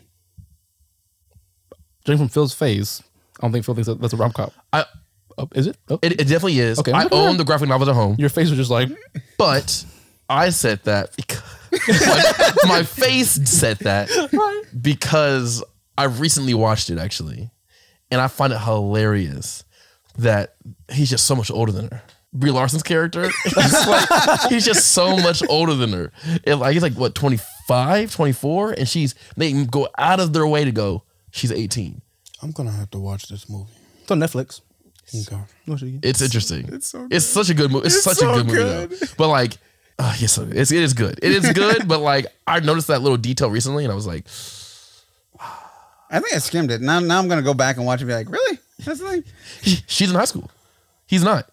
Speaker 5: Judging from Phil's face, I don't think Phil thinks that, that's a rom com.
Speaker 4: I
Speaker 5: Oh, is it? Oh.
Speaker 4: it, it definitely is.
Speaker 5: Okay,
Speaker 4: I
Speaker 5: look at
Speaker 4: own
Speaker 5: that.
Speaker 4: the graphic novels at home.
Speaker 5: Your face was just like,
Speaker 4: But I said that because [LAUGHS] my, my face said that because I recently watched it actually, and I find it hilarious that he's just so much older than her. Brie Larson's character, [LAUGHS] he's, like, he's just so much older than her. And like he's like what 25, 24, and she's they go out of their way to go. She's eighteen.
Speaker 3: I'm gonna have to watch this movie.
Speaker 5: it's on Netflix.
Speaker 3: Okay.
Speaker 5: [LAUGHS] Watch it again.
Speaker 4: It's interesting. It's
Speaker 1: so
Speaker 4: It's such a good movie. It's, such
Speaker 1: so
Speaker 4: a good movie though. But like, uh, yes, it's, it is good. It is good. but like, I noticed that little detail recently, and I was like,
Speaker 1: I think I skimmed it. Now, now I'm gonna go back and watch it. And be like, really? That's the thing.
Speaker 4: she's in high school. He's not.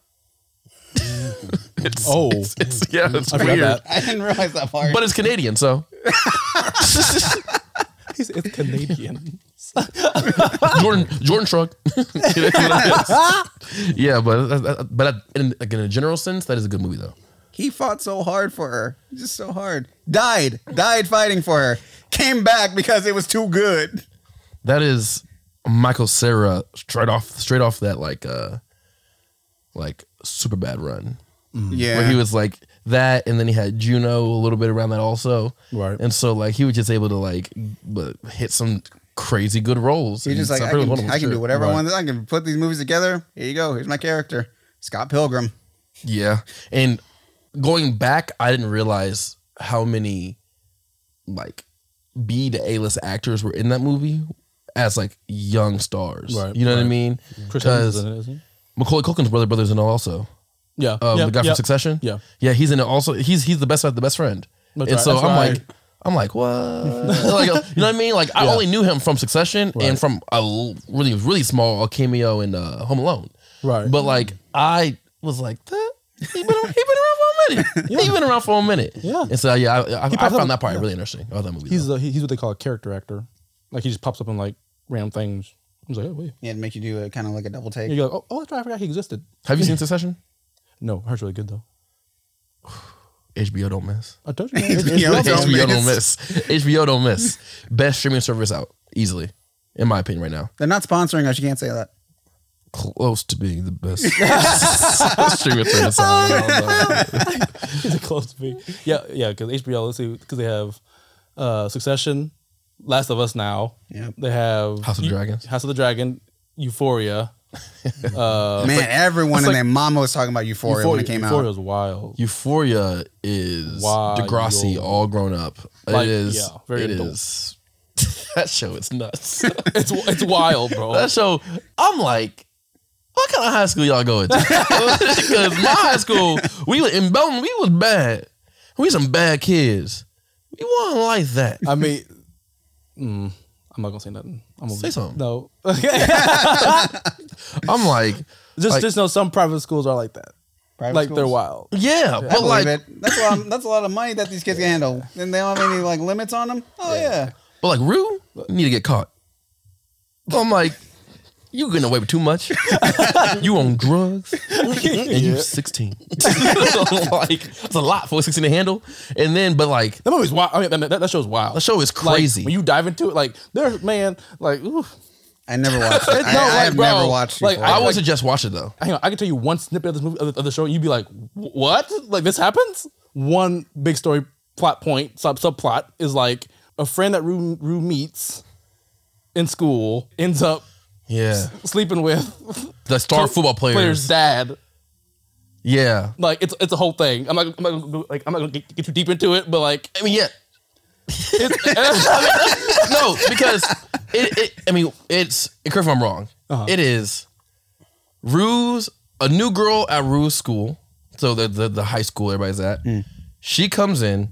Speaker 4: It's-
Speaker 5: [LAUGHS] Oh.
Speaker 4: it's, it's- yeah, it's
Speaker 5: I forgot
Speaker 4: weird.
Speaker 5: that.
Speaker 1: [LAUGHS] I didn't realize that part.
Speaker 4: But it's Canadian, so
Speaker 5: It's, it's
Speaker 4: [LAUGHS]
Speaker 5: Canadian.
Speaker 4: Jordan Jordan Shrug. [LAUGHS] It is what it is. yeah, but that- that- but uh, in, like, in a general sense, that is a good movie though.
Speaker 1: he fought so hard for her, just so hard. Died, died fighting for her. Came back because it was too good.
Speaker 4: That is Michael Sarah straight off straight off that like uh like super bad run.
Speaker 1: Yeah,
Speaker 4: Mm. where he was like that, and then he had Juno a little bit around that also.
Speaker 5: Right.
Speaker 4: And so like he was just able to like but hit some crazy good roles.
Speaker 1: He's
Speaker 4: And
Speaker 1: just like,
Speaker 4: so
Speaker 1: I
Speaker 4: pretty
Speaker 1: can,
Speaker 4: much one of them
Speaker 1: I
Speaker 4: was
Speaker 1: can
Speaker 4: shit.
Speaker 1: do whatever I
Speaker 4: Right.
Speaker 1: want. I can put these movies together. Here you go. Here's my character, Scott Pilgrim.
Speaker 4: Yeah. And going back, I didn't realize how many like B to A list actors were in that movie as like young stars.
Speaker 5: Right,
Speaker 4: you know what I
Speaker 5: right.
Speaker 4: mean?
Speaker 5: Chris Evans
Speaker 4: Because
Speaker 5: is in it, isn't he?
Speaker 4: Macaulay Culkin's brother brother's in it also.
Speaker 5: Yeah,
Speaker 4: Um,
Speaker 5: yeah,
Speaker 4: the guy
Speaker 5: yeah.
Speaker 4: from Succession.
Speaker 5: Yeah.
Speaker 4: yeah, he's in it also. He's he's the best the best friend.
Speaker 5: That's
Speaker 4: and
Speaker 5: right,
Speaker 4: so
Speaker 5: that's
Speaker 4: I'm
Speaker 5: right.
Speaker 4: like, I'm like, what? [LAUGHS] like, you know what I mean? Like, I
Speaker 5: Yeah.
Speaker 4: only knew him from Succession
Speaker 5: Right.
Speaker 4: and from a l- really really small cameo in uh, Home Alone.
Speaker 5: Right.
Speaker 4: But like, I was like, that. He been, he been around for
Speaker 5: [LAUGHS]
Speaker 4: a minute. He been around for a minute.
Speaker 5: Yeah.
Speaker 4: And so yeah, I, I, I
Speaker 5: popped up-
Speaker 4: found that part really interesting. Oh, that movie.
Speaker 5: He's
Speaker 4: though.
Speaker 5: the, he- he's what they call a character actor. Like he just pops up in like random things. I was like, oh wait.
Speaker 1: Yeah, it makes you do a kind of like a double
Speaker 5: And
Speaker 1: take.
Speaker 5: you're like, oh, oh, that's right. I forgot he existed.
Speaker 4: Have
Speaker 5: [LAUGHS]
Speaker 4: you seen Succession?
Speaker 5: No, hers really good though.
Speaker 4: HBO don't miss.
Speaker 5: I [LAUGHS] told you. man, it's- it's
Speaker 4: [LAUGHS]
Speaker 1: HBO
Speaker 5: well
Speaker 1: don't
Speaker 5: done.
Speaker 4: HBO don't
Speaker 1: miss.
Speaker 4: miss. [LAUGHS] HBO don't miss. Best streaming service out easily, in my opinion, right now.
Speaker 1: They're not sponsoring us. You can't say that.
Speaker 4: Close to being the best [LAUGHS] streaming service
Speaker 1: Oh, [LAUGHS]
Speaker 4: out. right now, but-
Speaker 5: [LAUGHS] It's a close to me. Yeah, yeah. Because HBO, let's see, because they have uh, Succession, Last of Us now.
Speaker 1: Yep.
Speaker 5: They have
Speaker 4: House of
Speaker 5: Eu-
Speaker 4: Dragons.
Speaker 5: House of the Dragon,
Speaker 4: [LAUGHS]
Speaker 5: Euphoria. uh,
Speaker 1: Man, everyone and
Speaker 5: it's like-
Speaker 1: their mama was talking about Euphoria, when it came
Speaker 5: Euphoria
Speaker 1: out.
Speaker 5: was wild.
Speaker 4: Euphoria is
Speaker 5: Wild.
Speaker 4: Degrassi all grown up.
Speaker 5: Like,
Speaker 4: it is.
Speaker 5: yeah, very
Speaker 4: Very it
Speaker 5: adult.
Speaker 4: is. [LAUGHS] that show is
Speaker 5: [LAUGHS]
Speaker 4: nuts.
Speaker 5: it's it's wild, bro.
Speaker 4: that show, I'm like, what kind of high school y'all going to? [LAUGHS] Because my high school, we were in Belton, we was bad. We some bad kids. We wasn't like that.
Speaker 5: I mean, mm, I'm not gonna say nothing. I'm gonna
Speaker 4: Say something.
Speaker 5: No, [LAUGHS]
Speaker 4: I'm like,
Speaker 5: just
Speaker 4: Like-
Speaker 5: just know some private schools are like that.
Speaker 1: Private
Speaker 5: like they're
Speaker 1: schools.
Speaker 5: wild.
Speaker 4: yeah,
Speaker 1: I
Speaker 4: but
Speaker 1: believe
Speaker 4: like,
Speaker 1: it. That's a, lot that's a lot of money that these kids can handle. And they don't have any like limits on them. Oh yeah.
Speaker 4: but like, Rue, you need to get caught. I'm like, you getting away with too much. [LAUGHS] you on drugs and you 16. [LAUGHS] like, it's a lot for a 16 to handle. And then, but like,
Speaker 5: That movie's wild. I mean, that, that, that show's wild.
Speaker 4: the show is
Speaker 5: Like,
Speaker 4: crazy.
Speaker 5: when you dive into it, like there's man, like ooh,
Speaker 1: I never watched it. I,
Speaker 5: No,
Speaker 1: I
Speaker 5: like,
Speaker 1: have
Speaker 5: bro,
Speaker 1: never watched
Speaker 5: like,
Speaker 1: Euphoria.
Speaker 4: I would suggest watch it though.
Speaker 5: hang on, I can tell you one snippet of this movie of the, of the show, and you'd be like, "Wh- what? Like this happens? One big story plot point sub subplot is like a friend that Rue, Rue meets in school ends up
Speaker 4: Yeah.
Speaker 5: sleeping with
Speaker 4: The star football players.
Speaker 5: player's dad.
Speaker 4: Yeah.
Speaker 5: Like it's it's a whole thing. I'm not I'm not gonna, go- like I'm not gonna get, get too deep into it, but like
Speaker 4: I mean, yeah.
Speaker 5: [LAUGHS] it's,
Speaker 4: No, because it, it I mean, it's correct me if I'm wrong.
Speaker 5: Uh-huh.
Speaker 4: It is Rue's a new girl at Rue's school. So the the, the high school everybody's at.
Speaker 5: Mm.
Speaker 4: She comes in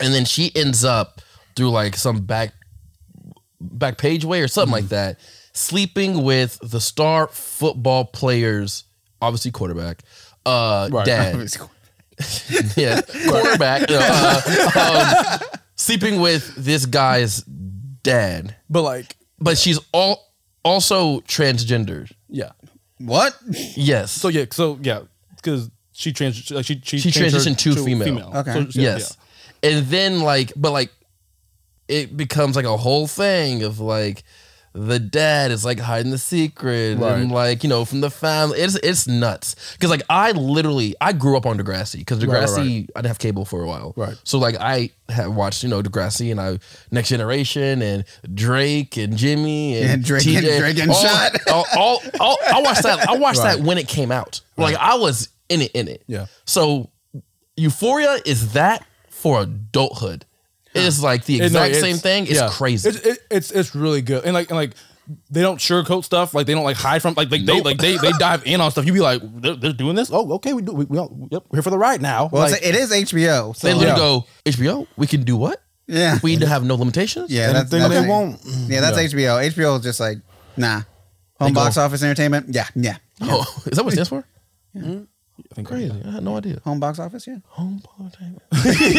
Speaker 4: and then she ends up through like some back back page way or something
Speaker 5: Mm-hmm.
Speaker 4: like that, sleeping with the star football players, obviously quarterback, uh
Speaker 5: Right.
Speaker 4: dad. [LAUGHS] yeah, quarterback. no, uh, um, sleeping with this guy's dad,
Speaker 5: but like
Speaker 4: but she's all also transgendered.
Speaker 5: yeah.
Speaker 1: what?
Speaker 4: Yes.
Speaker 5: So yeah, so yeah, because she trans she- like she she,
Speaker 4: She
Speaker 5: changed her
Speaker 4: transitioned to female.
Speaker 1: Okay.
Speaker 5: she-
Speaker 4: yes. And then like, but like, it becomes like a whole thing of like. The dad is like hiding the secret,
Speaker 5: Right.
Speaker 4: and like you know from the family, it's it's nuts. Because like I literally I grew up on Degrassi because Degrassi
Speaker 5: right,
Speaker 4: I didn't have cable for a while,
Speaker 5: Right.
Speaker 4: So like I had watched you know Degrassi and I Next Generation and Drake and Jimmy and
Speaker 1: Yeah, Drake and-
Speaker 4: TJ,
Speaker 1: Drake and
Speaker 4: all,
Speaker 1: Shot.
Speaker 4: [LAUGHS] all, all, all- I watched that I watched
Speaker 5: Right.
Speaker 4: that when it came out. Like I was in it in it.
Speaker 5: Yeah.
Speaker 4: So Euphoria is that for adulthood. It's like the
Speaker 5: It- no,
Speaker 4: exact same thing. It's
Speaker 5: yeah.
Speaker 4: crazy.
Speaker 5: It's, it, it's it's really good, and like and like they don't sugarcoat stuff. Like they don't like hide from like like they
Speaker 4: Nope.
Speaker 5: like they
Speaker 4: [LAUGHS]
Speaker 5: they dive in on stuff. You be like they're, they're doing this. Oh, okay, we do. We, we all, yep, we're here for the ride now.
Speaker 1: Well,
Speaker 5: like,
Speaker 1: it's, it is HBO. So
Speaker 4: they
Speaker 1: yeah.
Speaker 4: literally go HBO. We can do what? We have no limitations.
Speaker 1: yeah, that's,
Speaker 3: Anything
Speaker 1: that's
Speaker 3: they
Speaker 1: it.
Speaker 3: want.
Speaker 1: Yeah, that's HBO. HBO is just like, nah. Home
Speaker 4: They go-
Speaker 1: box office entertainment. Yeah, yeah.
Speaker 4: [LAUGHS] Oh, is that what it
Speaker 5: [LAUGHS]
Speaker 4: stands for?
Speaker 5: I think-
Speaker 4: Crazy.
Speaker 5: [LAUGHS]
Speaker 4: I had no idea.
Speaker 1: Home box office. Yeah.
Speaker 4: Home [LAUGHS] Power Table.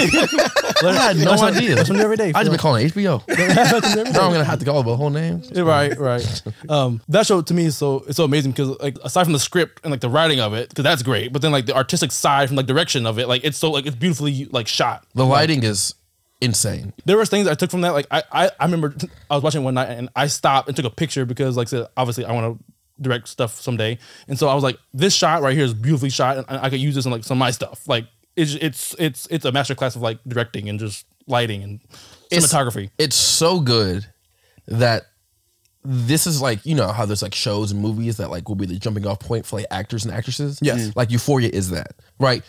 Speaker 4: I had no idea.
Speaker 5: That's from every day.
Speaker 4: I just
Speaker 5: Phil.
Speaker 4: been calling it
Speaker 5: [LAUGHS]
Speaker 4: HBO. now I'm gonna have to call it the whole name.
Speaker 5: right right um that show to me is so it's so amazing because like aside from the script and like the writing of it because that's great but then like the artistic side from like direction of it like it's so like it's beautifully like shot
Speaker 4: The lighting is insane.
Speaker 5: there was things I took from that. Like I, I, I remember I was watching one night and I stopped and took a picture because, like I said, obviously I want to direct stuff someday. And so I was like, this shot right here is beautifully shot, and I, I could use this in like some of my stuff. Like it's it's it's it's a masterclass of like directing and just lighting and
Speaker 4: It's-
Speaker 5: cinematography.
Speaker 4: It's so good that this is like you know how there's like shows and movies that like will be the jumping off point for like actors and actresses.
Speaker 5: Yes. Mhm.
Speaker 4: like Euphoria is that right?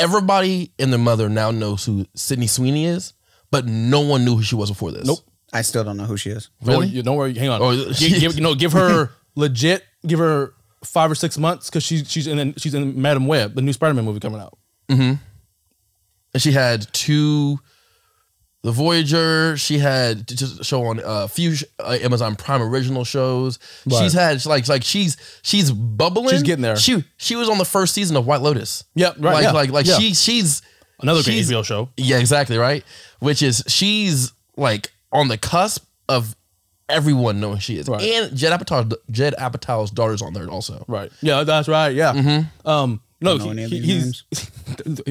Speaker 4: Everybody and their mother now knows who Sydney Sweeney is, but no one knew who she was before this.
Speaker 5: Nope.
Speaker 1: I still don't know who she is.
Speaker 5: Really?
Speaker 4: Really?
Speaker 5: you, don't worry. Hang on.
Speaker 4: Oh,
Speaker 5: Gi- give, you know, give [LAUGHS] her legit. Give her five or six months because she's she's in she's in Madam Web, the new Spider-Man movie coming out.
Speaker 4: And she had two, The Voyager. She had t- t- show on uh, few sh- uh, Amazon Prime original shows.
Speaker 5: Right.
Speaker 4: She's had like like she's she's bubbling.
Speaker 5: She's getting there.
Speaker 4: She she was on the first season of White Lotus.
Speaker 5: Yep, right,
Speaker 4: Like
Speaker 5: yeah,
Speaker 4: like like
Speaker 5: yeah.
Speaker 4: she she's
Speaker 5: Another great
Speaker 4: she's-
Speaker 5: HBO show.
Speaker 4: Yeah, exactly right. Which is she's like on the cusp of everyone knowing who she is,
Speaker 5: Right.
Speaker 4: and Jed Apatow Jed Apatow's daughter's on there also.
Speaker 5: Right. Yeah, that's right. Yeah. Um, no,
Speaker 1: Mm-hmm. Don't know any of
Speaker 5: he-
Speaker 1: these
Speaker 5: he's,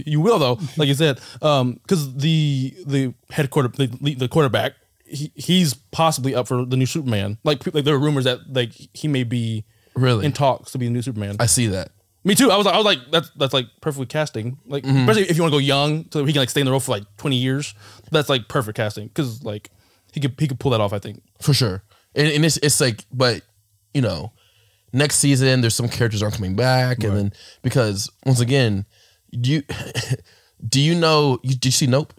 Speaker 5: [LAUGHS] you will though, like you said, um, because the the head quarter the, the quarterback he, he's possibly up for the new Superman. Like pe- like there are rumors that like he may be
Speaker 4: Really?
Speaker 5: in talks to be the new Superman.
Speaker 4: I see that.
Speaker 5: Me too. I was like, I was like, that's that's like perfectly casting. Like,
Speaker 1: Mm-hmm.
Speaker 5: especially if you want to go young, so he can like stay in the role for like twenty years. That's like perfect casting because like he could he could pull that off. I think.
Speaker 4: for sure. And, and it's it's like, but you know, next season there's some characters aren't coming back, and then because once again, do you [LAUGHS] do you know? You, did you see Nope?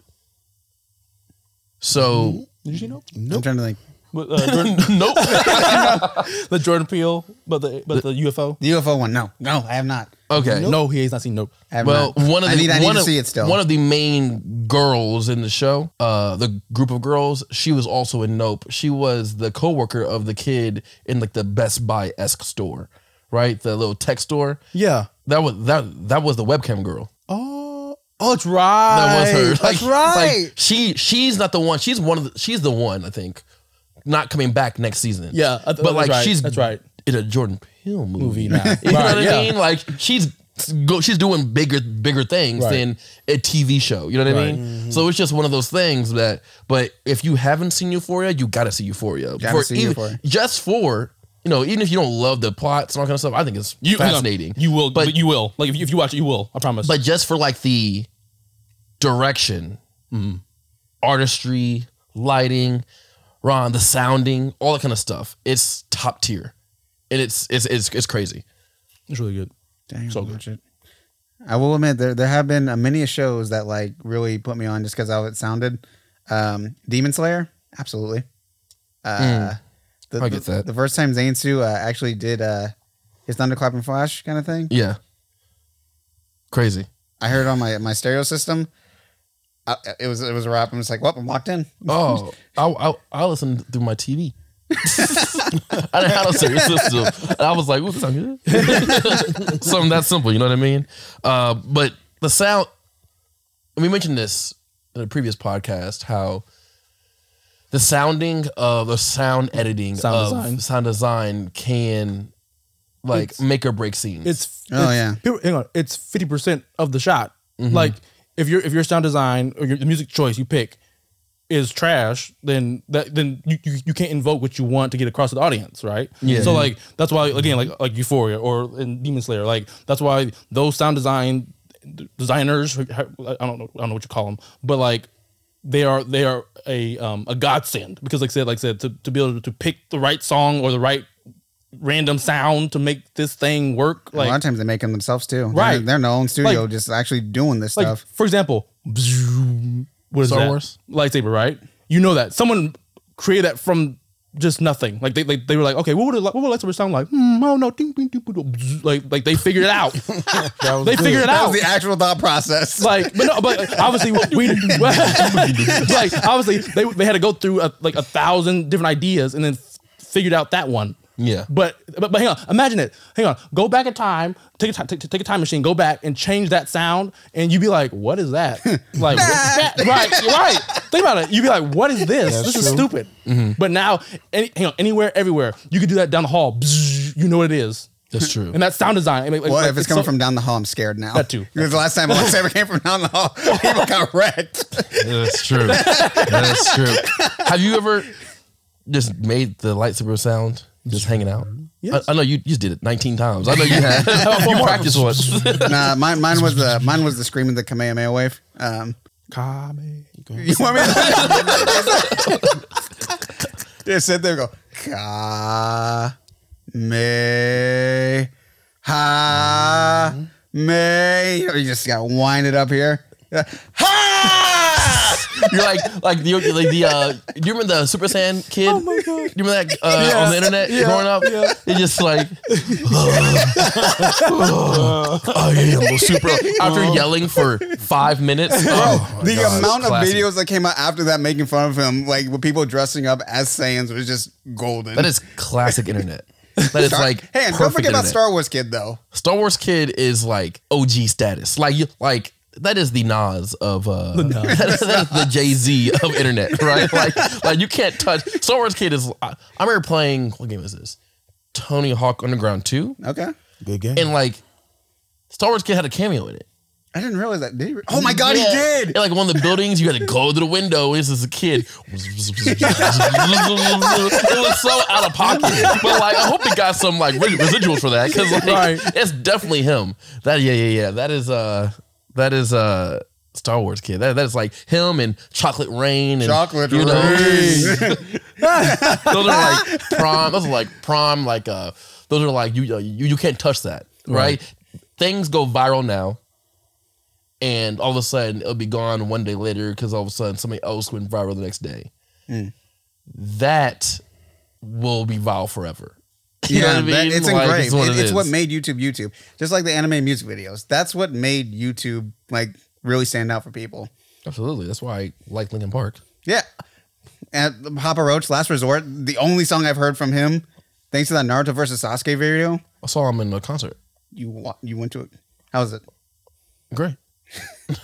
Speaker 4: So
Speaker 5: Did you see Nope?
Speaker 1: I'm trying to think.
Speaker 5: But, uh, Jordan, [LAUGHS]
Speaker 1: Mm-hmm.
Speaker 4: [LAUGHS] Nope.
Speaker 5: the Jordan Peele, but the but the UFO.
Speaker 1: The UFO one. No, no, I have not.
Speaker 4: Okay.
Speaker 5: No, he has not seen Nope.
Speaker 1: I have
Speaker 4: Well,
Speaker 1: not.
Speaker 4: one of the
Speaker 1: I need, I need
Speaker 4: one
Speaker 1: to
Speaker 4: of,
Speaker 1: see it still.
Speaker 4: One of the main girls in the show, uh, the group of girls, she was also in Nope. She was the coworker of the kid in like the Best Buy esque store, right? The little tech store.
Speaker 5: Yeah.
Speaker 4: That was that that was the webcam girl.
Speaker 5: Oh, oh, it's right.
Speaker 4: that was her.
Speaker 5: That's
Speaker 4: Like-
Speaker 5: right.
Speaker 4: like, she she's not the one. She's one of the, she's the one I think not coming back next season.
Speaker 5: Yeah, I th- that's
Speaker 4: but like
Speaker 5: right,
Speaker 4: she's
Speaker 5: that's right.
Speaker 4: in a Jordan Peele
Speaker 5: movie
Speaker 4: movie. [LAUGHS]
Speaker 5: now.
Speaker 4: You know
Speaker 5: Right,
Speaker 4: what
Speaker 5: yeah.
Speaker 4: I mean? Like she's go, she's doing bigger bigger things
Speaker 5: Right.
Speaker 4: than a TV show. You know what I
Speaker 5: Right.
Speaker 4: mean? So it's just one of those things that. But if you haven't seen Euphoria, you gotta see Euphoria.
Speaker 1: Gotta see
Speaker 4: even-
Speaker 1: Euphoria.
Speaker 4: Just for. You know, even if you don't love the plots and all kind of stuff, I think it's
Speaker 5: You, hang on.
Speaker 4: fascinating.
Speaker 5: You will,
Speaker 4: But-
Speaker 5: but, you will. Like if you, if you watch it, you will. I promise.
Speaker 4: but just for like the direction, Mm-hmm. artistry, lighting, Ron, the sounding, all that kind of stuff. It's top tier, and it's it's it's, it's crazy.
Speaker 5: it's really good.
Speaker 1: Dang,
Speaker 5: So
Speaker 1: I'll
Speaker 5: good.
Speaker 1: watch it. I will admit there there have been a many shows that like really put me on just because how it sounded. Um, Demon Slayer, absolutely. Uh, the,
Speaker 4: Mm. I get
Speaker 1: the-
Speaker 4: that.
Speaker 1: The first time Zainsu uh, actually did uh, his thunderclap and flash kind of thing,
Speaker 4: Yeah, crazy.
Speaker 1: I heard it on my my stereo system. I, it was it was a rap. I'm just like, well, I'm locked in.
Speaker 4: Oh, I I, I listened through my [LAUGHS] TV. I didn't have no serious system. And I was like, "Ooh, that sound good." [LAUGHS] Something that simple, you know what I mean? Uh, but the sound. and We mentioned this in a previous podcast how the sounding of the sound editing
Speaker 5: Sound
Speaker 4: of
Speaker 5: design.
Speaker 4: sound design can like
Speaker 5: It's-
Speaker 4: make or break scenes.
Speaker 5: It's
Speaker 1: Oh,
Speaker 5: it's-
Speaker 1: yeah.
Speaker 5: people- hang on, it's fifty percent of the shot.
Speaker 4: Mm-hmm.
Speaker 5: Like if your if your sound design or your, the music choice you pick is trash, then that then you, you you can't invoke what you want to get across to the audience, right?
Speaker 4: Yeah.
Speaker 5: So like that's why again like like Euphoria or in Demon Slayer, like that's why those sound design d- designers I don't know I don't know what you call them, but like they are they are a um a godsend because like I said like I said to, to be able to pick the right song or the right random sound to make this thing work
Speaker 1: a lot of
Speaker 5: like
Speaker 1: times they make them themselves too. They're-
Speaker 5: Right.
Speaker 1: they're, in their own studio,
Speaker 5: Like-
Speaker 1: just actually doing this
Speaker 5: like
Speaker 1: stuff.
Speaker 5: for example [SNIFFS] what is
Speaker 4: Star
Speaker 5: that?
Speaker 4: Wars?
Speaker 5: lightsaber right you know that someone created that from just nothing like they like, they were like okay what would it, what would lightsaber sound like hmm, I don't know Ding, ding, ding, ding, bzz. like like they figured it
Speaker 1: [LAUGHS]
Speaker 5: out they figured it
Speaker 1: That
Speaker 5: out [LAUGHS]
Speaker 1: was the actual thought process. [LAUGHS]
Speaker 5: like but no but obviously what we [LAUGHS] like obviously they, they had to go through a, like a thousand different ideas and then f- figured out that one
Speaker 4: Yeah.
Speaker 5: but, but but hang on imagine it hang on go back in time take a time take, take a time machine go back and change that sound and you'd be like what
Speaker 1: [LAUGHS]
Speaker 5: is that like what- that- right right think about it you'd be like what is this this is stupid
Speaker 1: Mm-hmm.
Speaker 5: but now any, hang on anywhere everywhere you could do that down the hall Bzzz, you know what it is
Speaker 4: That's true.
Speaker 5: and that sound design I mean, like-
Speaker 1: Well,
Speaker 5: like,
Speaker 1: if it's coming
Speaker 5: so- [LAUGHS]
Speaker 1: from down the hall, I'm scared now.
Speaker 5: That too.
Speaker 1: [LAUGHS] Because the last time lightsaber came from down the
Speaker 5: [LAUGHS]
Speaker 1: hall, people got wrecked.
Speaker 4: That's true. That's true. Have you ever just made the lightsaber sound just hanging out?
Speaker 5: Yes.
Speaker 4: I, I know you, you just did it 19 times. I know you had. [LAUGHS] you practiced once.
Speaker 1: nah, mine, mine was the mine was the scream of the Kamehameha wave. Um,
Speaker 5: Kame-
Speaker 1: you want me? to- [LAUGHS] Just sit there, and go ka me ha me. You just got to wind it up here. [LAUGHS] Ha!
Speaker 4: You're like like the like the uh, do you remember the Super Saiyan kid? Oh my god! You remember that uh, on the internet growing up? Yeah. It's just like
Speaker 5: Oh,
Speaker 4: I am a super [LAUGHS] after yelling for five minutes. [LAUGHS] Oh,
Speaker 1: the amount of
Speaker 4: Classic.
Speaker 1: videos that came out after that making fun of him, like with people dressing up as Saiyans, was just golden.
Speaker 4: that is classic internet. That is
Speaker 1: Star-
Speaker 4: like
Speaker 1: hey, and don't
Speaker 4: perfect
Speaker 1: forget about
Speaker 4: internet.
Speaker 1: Star Wars Kid though.
Speaker 4: Star Wars kid is like OG status. Like you like that is the Nas of uh [LAUGHS] that is the Jay Z of internet, [LAUGHS] right? Like like you can't touch Star Wars kid is I, I remember playing what game is this? Tony Hawk Underground 2
Speaker 1: Okay,
Speaker 3: Good game.
Speaker 4: and like Star Wars kid had a cameo in it.
Speaker 1: I didn't realize that. Did he? Oh my god,
Speaker 4: Yeah.
Speaker 1: he
Speaker 4: And
Speaker 1: did!
Speaker 4: like one of the buildings, you had to go to the window. This is a kid.
Speaker 1: [LAUGHS]
Speaker 4: it was so out of pocket. But like, I hope he got some like re- residuals for that because like,
Speaker 5: Right.
Speaker 4: it's definitely him. That yeah yeah yeah. That is uh that is uh Star Wars kid. That that is like him and Chocolate Rain and
Speaker 1: Chocolate
Speaker 4: you
Speaker 1: [LAUGHS]
Speaker 4: know,
Speaker 1: Rain.
Speaker 4: those are like prom. Those are like prom. Like uh, those are like you uh, you you can't touch that, right? Things go viral now, and all of a sudden it'll be gone one day later because all of a sudden somebody else went viral the next day.
Speaker 1: Mm.
Speaker 4: That will be viral forever. [LAUGHS] You know what I
Speaker 1: that-
Speaker 4: mean?
Speaker 1: it's
Speaker 4: Like,
Speaker 1: engraved.
Speaker 4: it's what
Speaker 1: It-
Speaker 4: it
Speaker 1: it's
Speaker 4: is.
Speaker 1: what made YouTube YouTube. Just like the anime music videos, that's what made YouTube like really stand out for people.
Speaker 4: Absolutely. That's why I like Lincoln Park.
Speaker 1: Yeah, and Papa Roach, Last Resort, the only song I've heard from him, thanks to that Naruto versus Sasuke video.
Speaker 4: I saw him in a concert.
Speaker 1: You wa- you went to it? How was it?
Speaker 4: Great. [LAUGHS]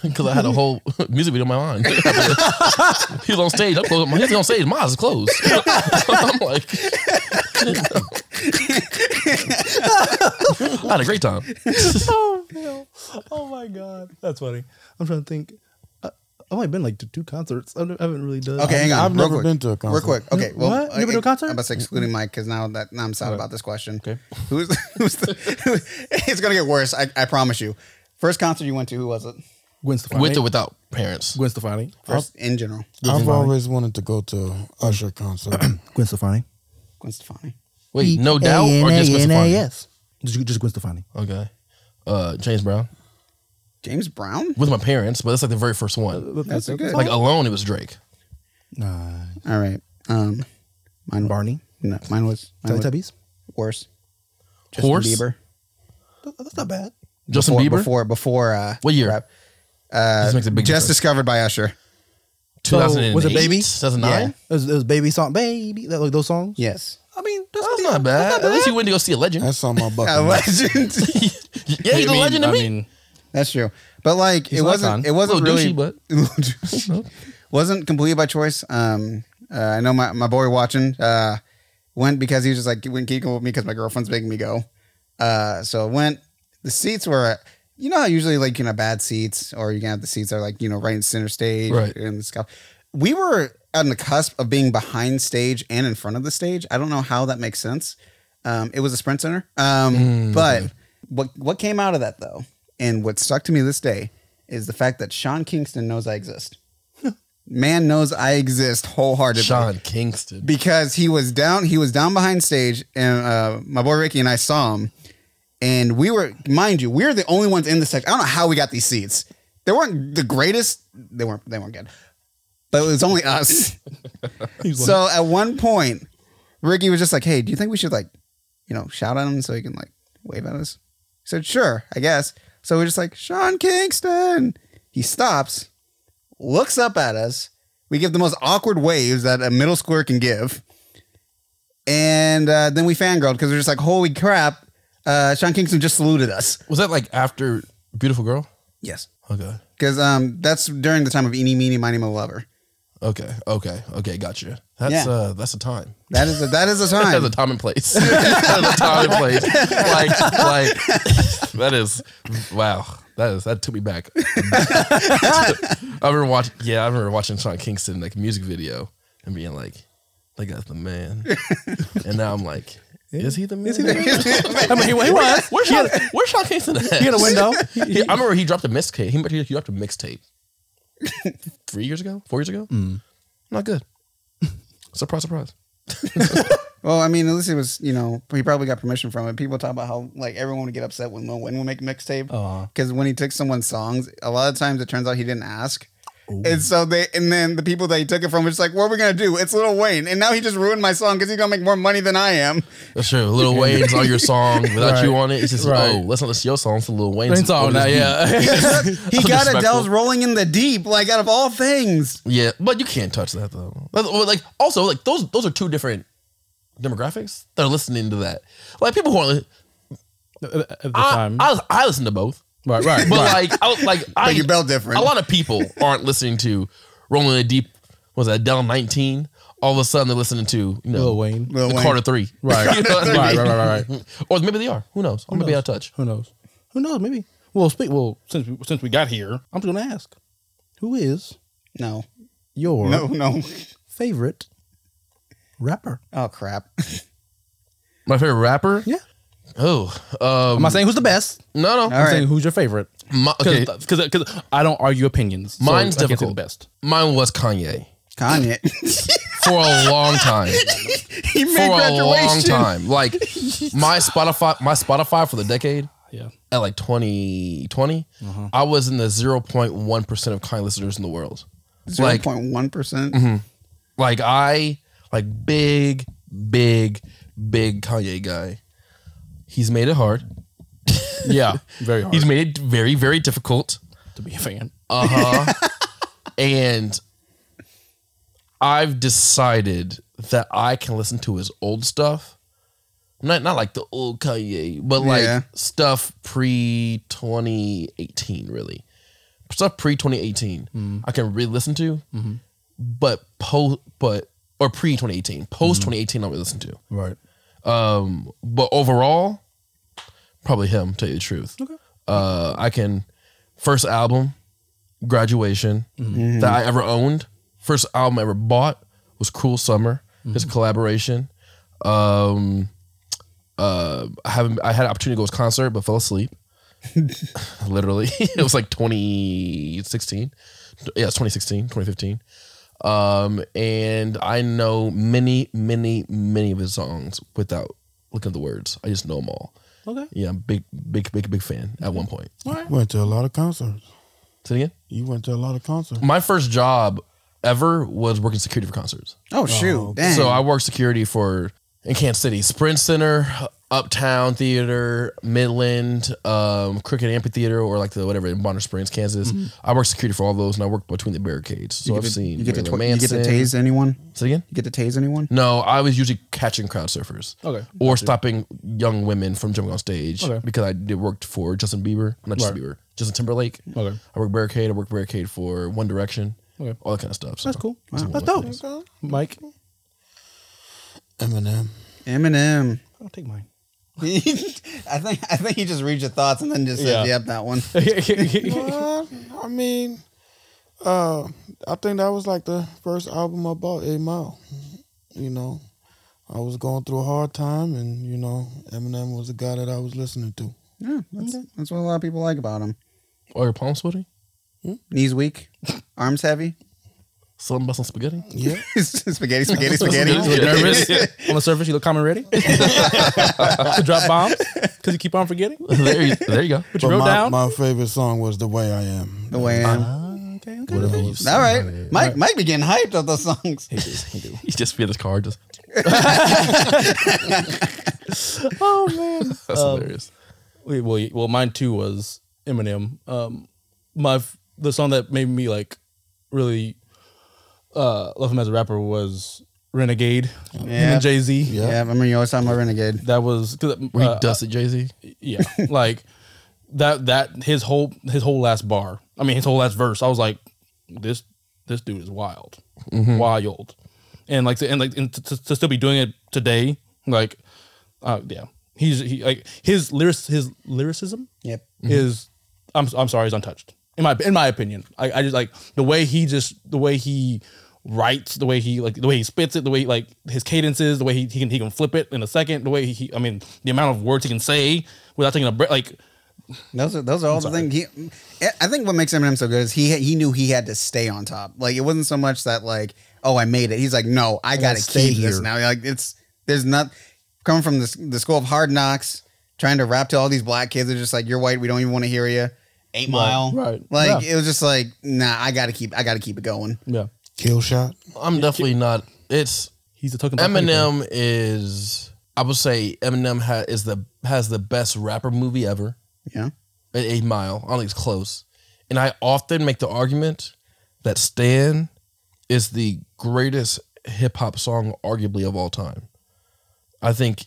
Speaker 4: Because I had a whole [LAUGHS] music video in my mind. [LAUGHS] he was on stage. I'm close. He's on stage. Miles is closed. [LAUGHS] I'm like, [LAUGHS] I had a great time.
Speaker 5: oh, no. oh my god, that's funny. I'm trying to think. Uh, I've only been like to two concerts. I don't- I haven't really done.
Speaker 1: Okay, hang on.
Speaker 3: I've
Speaker 1: real
Speaker 3: never
Speaker 1: quick.
Speaker 3: been to a concert.
Speaker 1: Real quick. Okay. Well,
Speaker 5: What? You never
Speaker 1: I-
Speaker 5: to a concert?
Speaker 1: I'm about to say excluding Mike because now that now I'm sad about this question. Okay. Who's [LAUGHS] who's the, [LAUGHS] it's gonna get worse? I, I promise you. First concert you went to? Who was it?
Speaker 5: [LAUGHS] Gwen Stefani.
Speaker 4: With or without parents.
Speaker 5: Gwen Stefani.
Speaker 1: First in general,
Speaker 3: I've always wanted to go to a Usher concert.
Speaker 5: [CLEARS THROAT] Gwen Stefani.
Speaker 1: Gwen Stefani.
Speaker 4: Wait, no doubt or just Gwen Stefani?
Speaker 5: Yes. Just, just Gwen Stefani.
Speaker 4: Okay. Uh, James Brown
Speaker 1: James Brown.
Speaker 4: with my parents, but that's like the very first one.
Speaker 1: That's a good.
Speaker 4: Like alone, it was Drake.
Speaker 5: Nah.
Speaker 1: All right. Um, mine.
Speaker 5: Barney.
Speaker 1: No, mine was mine was
Speaker 5: Teletubbies.
Speaker 1: worse. Justin
Speaker 4: Horse.
Speaker 1: Bieber.
Speaker 5: Th- That's not bad.
Speaker 4: Justin
Speaker 1: Before-
Speaker 4: Bieber.
Speaker 1: Before before uh,
Speaker 4: What year?
Speaker 1: rap.
Speaker 4: This
Speaker 1: Uh,
Speaker 4: makes a big
Speaker 1: just
Speaker 4: difference.
Speaker 1: discovered by Usher.
Speaker 5: So, was it
Speaker 4: 2008?
Speaker 5: Baby?
Speaker 4: 2009.
Speaker 1: Yeah.
Speaker 5: It was, it was baby song, baby. That, like those songs.
Speaker 1: Yes.
Speaker 5: I mean, that's,
Speaker 4: That's not bad. At least you went to go see a legend.
Speaker 3: That's on
Speaker 1: [LAUGHS]
Speaker 5: [LAUGHS]
Speaker 3: my
Speaker 1: A
Speaker 3: bucket. list.
Speaker 1: legend.
Speaker 4: yeah, he's a legend to me.
Speaker 1: That's true. But like it
Speaker 5: an
Speaker 1: wasn't
Speaker 5: icon.
Speaker 1: it wasn't
Speaker 4: Little
Speaker 1: really
Speaker 4: douchey, but-
Speaker 1: [LAUGHS] Little
Speaker 4: [LAUGHS]
Speaker 1: douchey. wasn't completely by choice. Um uh, I know my, my boy watching uh went because he was just like went geeking with me because my girlfriend's making me go. Uh so I went the seats were you know how usually like you know bad seats or you can have the seats that are like you know right in center stage
Speaker 4: Right.
Speaker 1: and stuff. We were on the cusp of being behind stage and in front of the stage. I don't know how that makes sense. Um, it was a sprint center. Um,
Speaker 4: Mm.
Speaker 1: but what what came out of that though, and what stuck to me this day is the fact that Sean Kingston knows I exist. [LAUGHS] Man knows I exist wholeheartedly
Speaker 4: Sean Kingston.
Speaker 1: because he was down he was down behind stage and uh, my boy Ricky and I saw him and we were mind you we were the only ones in the section I don't know how we got these seats they weren't the greatest they weren't they weren't good but it was only us so at one point Ricky was just like hey do you think we should like you know shout at him so he can like wave at us he said sure I guess so we're just like Sean Kingston he stops looks up at us. We give the most awkward waves that a middle schooler can give. And uh, then we fangirled because we're just like, holy crap, uh, Sean Kingston just saluted us.
Speaker 4: Was that like after Beautiful Girl?
Speaker 1: Yes.
Speaker 4: Okay.
Speaker 1: Because um, that's during the time of Eeny, Meeny, Miny, Mo, Lover.
Speaker 4: Okay. Okay. Okay. Gotcha. That's
Speaker 1: Yeah.
Speaker 4: uh that's a time.
Speaker 1: That is a, that [LAUGHS] is a
Speaker 4: That's a
Speaker 1: time.
Speaker 4: time and place. [LAUGHS] that's a time and place. Like like [LAUGHS] that is wow. That is that took me back. [LAUGHS] I remember watching yeah, I remember watching Sean Kingston like music video and being like, like that's the man. and now I'm like, is he the man? Is he the man?
Speaker 5: I mean, he, he was.
Speaker 4: Where's Sean, where's Sean Kingston at?
Speaker 5: [LAUGHS] He had a window.
Speaker 4: He- I remember he dropped a mixtape. He, he dropped a [LAUGHS] mixtape three years ago, four years ago. Not good. Surprise, surprise.
Speaker 1: well, I mean, at least it was, you know, he probably got permission from it. People talk about how, like, everyone would get upset when Lil Wayne would make a mixtape.
Speaker 5: Aw.
Speaker 1: Because when he took someone's songs, a lot of times it turns out he didn't ask. And so they, and then the people that he took it from were just like, "What are we gonna do?" It's Little Wayne, and now he just ruined my song because he's gonna make more money than I am.
Speaker 4: That's true. Lil [LAUGHS] Wayne's on your song without
Speaker 5: Right.
Speaker 4: you on it. It's just
Speaker 5: Right.
Speaker 4: oh, let's not listen to your song. It's a Lil Wayne's
Speaker 5: It's all
Speaker 4: on
Speaker 5: that,
Speaker 4: this
Speaker 5: yeah. [LAUGHS]
Speaker 1: He got
Speaker 4: Disrespectful.
Speaker 1: Adele's "Rolling in the Deep," like out of all things.
Speaker 4: beat. Yeah, but you can't touch that though. But, but, Like also like those those are two different demographics that are listening to that. Like people who aren't.
Speaker 5: at at the
Speaker 4: I,
Speaker 5: time.
Speaker 4: I I listen to both,
Speaker 5: right, right, [LAUGHS]
Speaker 4: but
Speaker 5: right.
Speaker 4: like I like I
Speaker 1: But you bell different.
Speaker 4: a lot of
Speaker 5: [LAUGHS]
Speaker 4: people aren't listening to Rolling in the Deep. Was that Adele 19? All of a sudden they're listening to you know
Speaker 5: Lil
Speaker 4: [LAUGHS]
Speaker 5: Wayne.
Speaker 1: Lil
Speaker 4: the
Speaker 1: Wayne.
Speaker 4: Carter Three,
Speaker 5: Right.
Speaker 4: [LAUGHS] You know what I
Speaker 5: Right,
Speaker 4: mean?
Speaker 5: right, right,
Speaker 4: Or maybe they are. Who knows? I'm gonna be
Speaker 5: knows?
Speaker 4: out of touch.
Speaker 5: Who knows? Who knows? Maybe. Well, speak. Well, since we, since we got here, I'm just gonna ask, who is
Speaker 1: No,
Speaker 5: your
Speaker 1: no, no.
Speaker 5: favorite rapper?
Speaker 1: Oh crap!
Speaker 4: My favorite rapper?
Speaker 5: Yeah.
Speaker 4: Oh, um,
Speaker 5: I'm not saying who's the best.
Speaker 4: no, no.
Speaker 1: All
Speaker 5: I'm
Speaker 1: right.
Speaker 5: saying who's your favorite.
Speaker 4: My, okay,
Speaker 5: Because I don't argue opinions. so
Speaker 4: Mine's
Speaker 5: I can't say the
Speaker 4: difficult.
Speaker 5: best.
Speaker 4: mine was Kanye
Speaker 1: Kanye.
Speaker 4: for a
Speaker 5: [LAUGHS]
Speaker 4: long time.
Speaker 1: he
Speaker 4: for
Speaker 1: made
Speaker 4: a long
Speaker 1: graduation.
Speaker 4: time, like my Spotify, my Spotify for the decade
Speaker 5: Yeah. Uh-huh.
Speaker 4: at like 2020, I was in the 0.1 percent of Kanye listeners in the world.
Speaker 1: [LAUGHS] Zero
Speaker 4: Like,
Speaker 1: point one percent.
Speaker 4: like I like big, big, big Kanye guy. He's made it hard.
Speaker 5: [LAUGHS] Yeah. Very hard
Speaker 4: He's made it very, very difficult.
Speaker 5: to be a fan.
Speaker 4: Uh huh. and I've decided that I can listen to his old stuff. Not not like the old Kanye, but like
Speaker 1: Yeah.
Speaker 4: stuff pre 2018, really. Stuff pre 2018, I can really listen to, but post, but or pre 2018, post 2018, I would listen to.
Speaker 5: Right.
Speaker 4: Um, but overall, probably him. Tell you the truth.
Speaker 5: Okay.
Speaker 4: Uh, I can first album, graduation that I ever owned. First album I ever bought was Cruel Summer. His collaboration. Um, uh, I haven't. I had an opportunity to go to his concert, but fell asleep. Literally, [LAUGHS] it was like 2016. Yeah, it's 2016, 2015. Um, and I know many, many, many of his songs without looking at the words. I just know them all.
Speaker 5: Okay.
Speaker 4: Yeah, I'm big, big, big, big fan at one point.
Speaker 5: All right.
Speaker 3: Went to a lot of concerts.
Speaker 4: Say it again.
Speaker 3: You went to a lot of concerts.
Speaker 4: My first job ever was working security for concerts.
Speaker 1: Oh shoot! Dang.
Speaker 4: So I worked security for in Kansas City, Sprint Center, Uptown Theater, Midland, um, Cricket Amphitheater, or like the whatever in Bonner Springs, Kansas. I worked security for all those, and I worked between the barricades.
Speaker 1: Mm-hmm.
Speaker 4: So
Speaker 1: you
Speaker 4: I've
Speaker 1: get to,
Speaker 4: seen
Speaker 1: you get to
Speaker 4: Marilyn
Speaker 1: tw- you get to
Speaker 4: Manson.
Speaker 1: tase anyone.
Speaker 4: Say it again.
Speaker 1: You get to tase anyone.
Speaker 4: No, I was usually catching crowd surfers.
Speaker 5: Okay.
Speaker 4: Or stopping young women from jumping on stage
Speaker 5: Okay.
Speaker 4: because I did worked for Justin Bieber, not Justin
Speaker 5: Right.
Speaker 4: Bieber, Justin Timberlake.
Speaker 5: Okay.
Speaker 4: I worked Barricade. I worked Barricade for One Direction.
Speaker 5: Okay.
Speaker 4: All that kind of stuff. So
Speaker 5: That's cool.
Speaker 4: Wow.
Speaker 5: That's dope. Mike,
Speaker 3: Eminem.
Speaker 1: Eminem.
Speaker 5: I'll take mine.
Speaker 1: I think I think he just reads your thoughts and then just says,
Speaker 5: Yeah.
Speaker 1: "Yep, that one."
Speaker 3: Well, I mean, uh, I think that was like the first album I bought, A Mile. You know, I was going through a hard time, and you know, Eminem was the guy that I was listening to.
Speaker 1: [LAUGHS] Yeah, that's, that's what a lot of people like about him.
Speaker 4: Or Oh, your palm sweaty?
Speaker 1: Knees weak, arms heavy,
Speaker 4: Slim busting spaghetti?
Speaker 3: Yeah,
Speaker 1: [LAUGHS] spaghetti, spaghetti, spaghetti.
Speaker 4: Spaghetti.
Speaker 5: nervous. on the surface, you look calm and
Speaker 4: [LAUGHS]
Speaker 5: ready [LAUGHS] to drop bombs because you keep on forgetting. What
Speaker 4: [LAUGHS] there, you, there you go.
Speaker 5: you wrote
Speaker 3: my,
Speaker 5: down?
Speaker 3: my favorite song was "The Way I Am."
Speaker 1: [LAUGHS] the way I am.
Speaker 5: okay, okay.
Speaker 4: Whatever
Speaker 5: okay.
Speaker 4: you say.
Speaker 1: All right, Mike. Mike be getting hyped up those songs.
Speaker 4: [LAUGHS] He just be in his car. Just,
Speaker 5: Oh man.
Speaker 4: that's hilarious.
Speaker 5: Wait, well, y- well, mine too was Eminem. Um, my f- the song that made me like really uh love him as a rapper was Renegade. Him
Speaker 1: Yeah.
Speaker 5: and Jay Z.
Speaker 1: Yeah, I remember you always talking about Renegade.
Speaker 5: That was 'cause,
Speaker 4: Where he
Speaker 5: uh,
Speaker 4: dusted Jay Z.
Speaker 5: yeah, [LAUGHS] like that that his whole his whole last bar. I mean, his whole last verse. I was like, this this dude is wild, wild, and like and like and to, to, to still be doing it today, like, uh, yeah, he's he, like his lyric his lyricism
Speaker 1: Yep.
Speaker 5: is I'm I'm sorry, is untouched in my in my opinion. I, I just like the way he just the way he writes, the way he like the way he spits it, the way he, like his cadences, the way he, he can he can flip it in a second, the way he, I mean the amount of words he can say without taking a break. Like
Speaker 1: Those are those are all the things. He, I think what makes Eminem so good is he he knew he had to stay on top. Like it wasn't so much that like oh I made it. He's like no I got to
Speaker 3: stay
Speaker 1: keep this
Speaker 3: here.
Speaker 1: now. Like it's there's not coming from the the school of hard knocks, trying to rap to all these black kids. They're just like you're white. We don't even want to hear you. Eight Mile.
Speaker 5: right,
Speaker 1: Like
Speaker 5: yeah.
Speaker 1: it was just like, nah, I gotta keep I gotta keep it going.
Speaker 5: Yeah,
Speaker 3: Kill shot.
Speaker 4: I'm definitely not. It's
Speaker 5: he's a token.
Speaker 4: Eminem is. I would say Eminem ha, is the has the best rapper movie ever.
Speaker 1: Yeah.
Speaker 4: At Eight Mile, I don't think it's close. And I often make the argument that Stan is the greatest hip hop song, arguably of all time. I think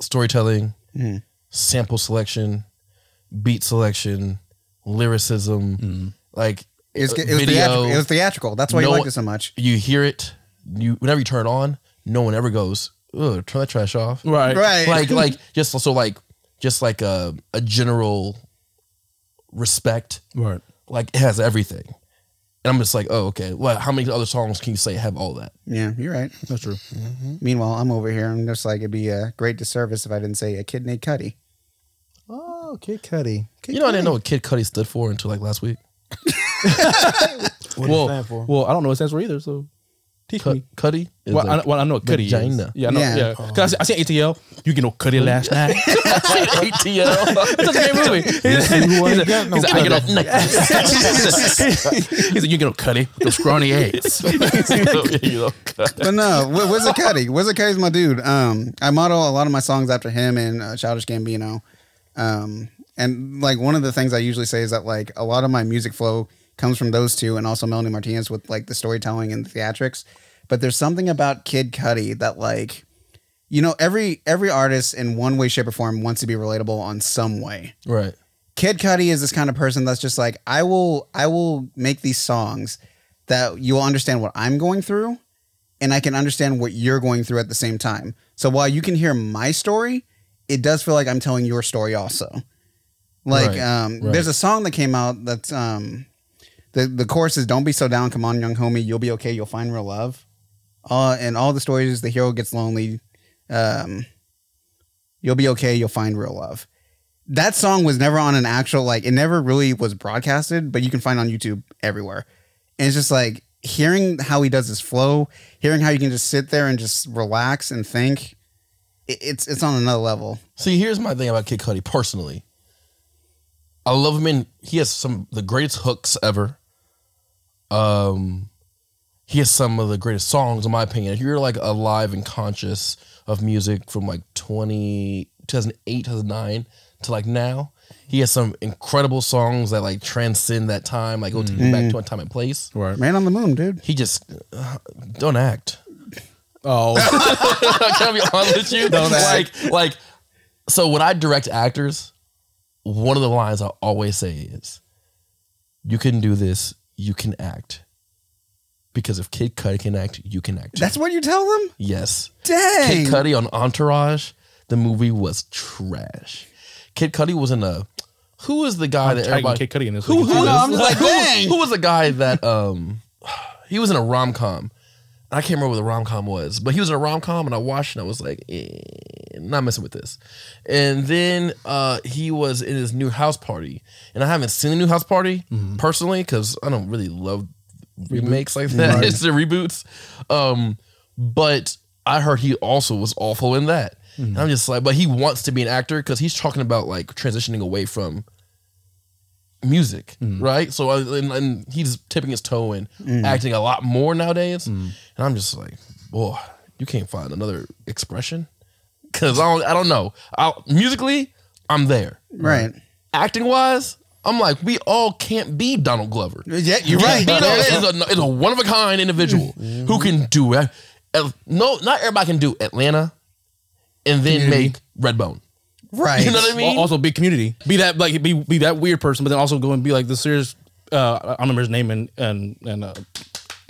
Speaker 4: storytelling,
Speaker 1: Mhm.
Speaker 4: sample selection, beat selection, lyricism,
Speaker 5: Mm-hmm.
Speaker 4: like
Speaker 1: It was,
Speaker 4: uh,
Speaker 1: it was theatrical. It was theatrical. That's why
Speaker 4: No
Speaker 1: you liked
Speaker 4: one-
Speaker 1: it so much.
Speaker 4: you hear it. You whenever you turn it on, no one ever goes, "Ugh, turn that trash off."
Speaker 5: Right,
Speaker 1: Right. [LAUGHS]
Speaker 4: Like, like just so like just like a a general respect.
Speaker 5: right.
Speaker 4: Like it has everything, and I'm just like, oh okay. Well, how many other songs can you say have all that?
Speaker 1: yeah, you're right.
Speaker 4: Mm-hmm.
Speaker 5: That's true.
Speaker 1: Meanwhile, I'm over here. I'm just like it'd be a great disservice if I didn't say a kid named Cuddy.
Speaker 5: Oh, Kid Cudi. Kid
Speaker 4: you know, I didn't
Speaker 5: Cudi.
Speaker 4: know what Kid Cudi stood for until like last week.
Speaker 3: What
Speaker 5: Well,
Speaker 3: it stand for?
Speaker 5: Well, I don't know what it stands for either. So teach
Speaker 4: Cut,
Speaker 5: me.
Speaker 4: Cudi. is
Speaker 5: Well,
Speaker 4: [LAUGHS] like-
Speaker 5: I, well, I know what Cudi
Speaker 4: vagina.
Speaker 5: is. Yeah, I know.
Speaker 1: Yeah.
Speaker 5: Yeah, because I, seen ATL. You can know Cudi [LAUGHS] last night. [LAUGHS]
Speaker 4: ATL.
Speaker 5: That's a great movie. [LAUGHS] He's like,
Speaker 3: who ain't
Speaker 5: he's like,
Speaker 3: got no
Speaker 5: I
Speaker 4: [LAUGHS]
Speaker 5: can know necklace. He's like, you can know Cudi, those scrawny eggs.
Speaker 4: You know, Cudi.
Speaker 1: But no, Wi- Wizard Cuddy. Wizard Cuddy's my dude. Um, I model a lot of my songs after him and uh, Childish Gambino. Um, and like one of the things I usually say is that like a lot of my music flow comes from those two and also Melanie Martinez with like the storytelling and the theatrics. But there's something about Kid Cuddy that like, you know, every every artist in one way, shape, or form wants to be relatable on some way.
Speaker 4: Right.
Speaker 1: Kid Cudi is this kind of person that's just like I will I will make these songs that you will understand what I'm going through and I can understand what you're going through at the same time. So while you can hear my story, it does feel like I'm telling your story also. Like
Speaker 4: Right,
Speaker 1: um
Speaker 4: right.
Speaker 1: there's a song that came out that's um the the chorus is don't be so down come on young homie you'll be okay you'll find real love. Uh and all the stories the hero gets lonely um you'll be okay you'll find real love that song was never on an actual like it never really was broadcasted but you can find it on youtube everywhere and it's just like hearing how he does his flow hearing how you can just sit there and just relax and think it, it's it's on another level
Speaker 4: See, here's my thing about Kid Cudi personally. I love him in he has some of the greatest hooks ever. Um he has some of the greatest songs in my opinion. If you're like alive and conscious of music from like 20 2008 2009 to like now, he has some incredible songs that like transcend that time, like go take you back to a time and place.
Speaker 5: Right.
Speaker 1: man on the moon dude
Speaker 4: He just uh, don't act.
Speaker 5: Oh,
Speaker 4: Can I be honest with you? like, like, so when I direct actors, one of the lines I always say is, "You can do this. You can act." Because if Kid Cudi can act, you can act. too."
Speaker 1: that's what you tell them
Speaker 4: yes.
Speaker 1: dang
Speaker 4: Kid Cudi on Entourage, the movie was trash. Kid Cudi was in a. Who was the guy that
Speaker 5: tagging
Speaker 4: everybody?
Speaker 5: Kid Cudi in this
Speaker 4: Who,
Speaker 5: week.
Speaker 4: who,
Speaker 5: Oh, no,
Speaker 1: I'm just like,
Speaker 4: [LAUGHS] who-
Speaker 1: dang.
Speaker 4: who was the guy that um? He was in a rom com. I can't remember what the rom com was, but he was in a rom com, and I watched and I was like, eh, not messing with this. And then uh, he was in his new house party, and I haven't seen the new house party personally because I don't really love remakes like that. [LAUGHS] it's the reboots. Um, but I heard he also was awful in that. And I'm just like, but he wants to be an actor because he's talking about like transitioning away from music, right? So I, and, and he's tipping his toe and acting a lot more nowadays. And I'm just like, boy, you can't find another expression because I don't, I don't know. I, musically, I'm there.
Speaker 1: right
Speaker 4: Acting wise, I'm like, we all can't be Donald Glover.
Speaker 1: yeah you're
Speaker 5: [LAUGHS]
Speaker 4: Right.
Speaker 1: right
Speaker 4: is a, is a one of a kind individual who can do it. Uh, No, not everybody can do Atlanta and then make Redbone.
Speaker 1: right
Speaker 4: You know what I mean?
Speaker 5: Al- also be community. Be that like be be that weird person, but then also go and be like the serious. Uh, I don't remember his name in and and. Uh,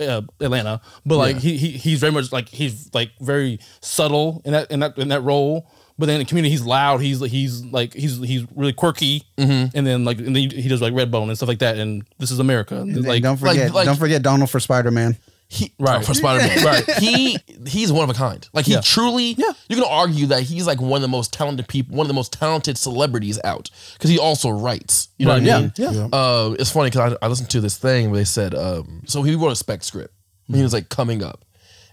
Speaker 5: uh, Atlanta, but like he, he he's very much like he's like very subtle in that in that in that role. But then in the community, he's loud. He's he's like he's he's really quirky,
Speaker 4: Mm-hmm.
Speaker 5: and then like and then he does like Redbone and stuff like that. And this is America. And
Speaker 1: And
Speaker 5: like
Speaker 1: don't
Speaker 4: like-
Speaker 1: forget
Speaker 4: like-
Speaker 1: don't forget donald for spider-man [LAUGHS]
Speaker 4: He,
Speaker 5: [LAUGHS] Right.
Speaker 4: for Spider Man, right? He he's one of a kind. Like he
Speaker 5: Yeah.
Speaker 4: truly,
Speaker 5: Yeah.
Speaker 4: You can argue that he's like one of the most talented people, one of the most talented celebrities out because he also writes. You know
Speaker 5: Right,
Speaker 4: what I
Speaker 5: yeah,
Speaker 4: mean?
Speaker 5: yeah.
Speaker 4: Uh, it's funny because I, I listened to this thing where they said, um, so he wrote a spec script.
Speaker 5: Mm-hmm.
Speaker 4: He was like coming up,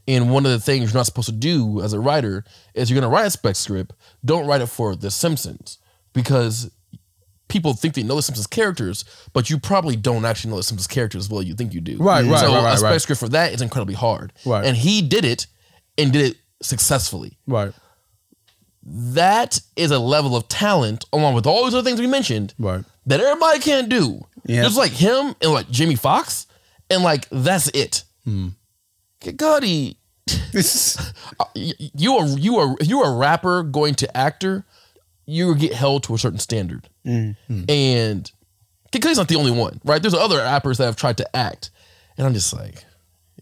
Speaker 4: and one of the things you're not supposed to do as a writer is you're gonna write a spec script. Don't write it for The Simpsons because people think they know the Simpsons characters, but you probably don't actually know the Simpsons characters as well as you think you do.
Speaker 5: Right, right,
Speaker 4: So
Speaker 5: right, right,
Speaker 4: a spec
Speaker 5: right.
Speaker 4: script for that is incredibly hard.
Speaker 5: Right.
Speaker 4: And he did it and did it successfully.
Speaker 5: Right.
Speaker 4: That is a level of talent, along with all these other things we mentioned,
Speaker 5: Right.
Speaker 4: that everybody can't do.
Speaker 1: Yeah.
Speaker 4: Just like him and like Jimmy Fox, and like that's it. Good God, he uh, y- you are you are if you are a rapper going to actor, you get held to a certain standard,
Speaker 1: Mm.
Speaker 4: and because he's not the only one, right? There's other rappers that have tried to act, and I'm just like,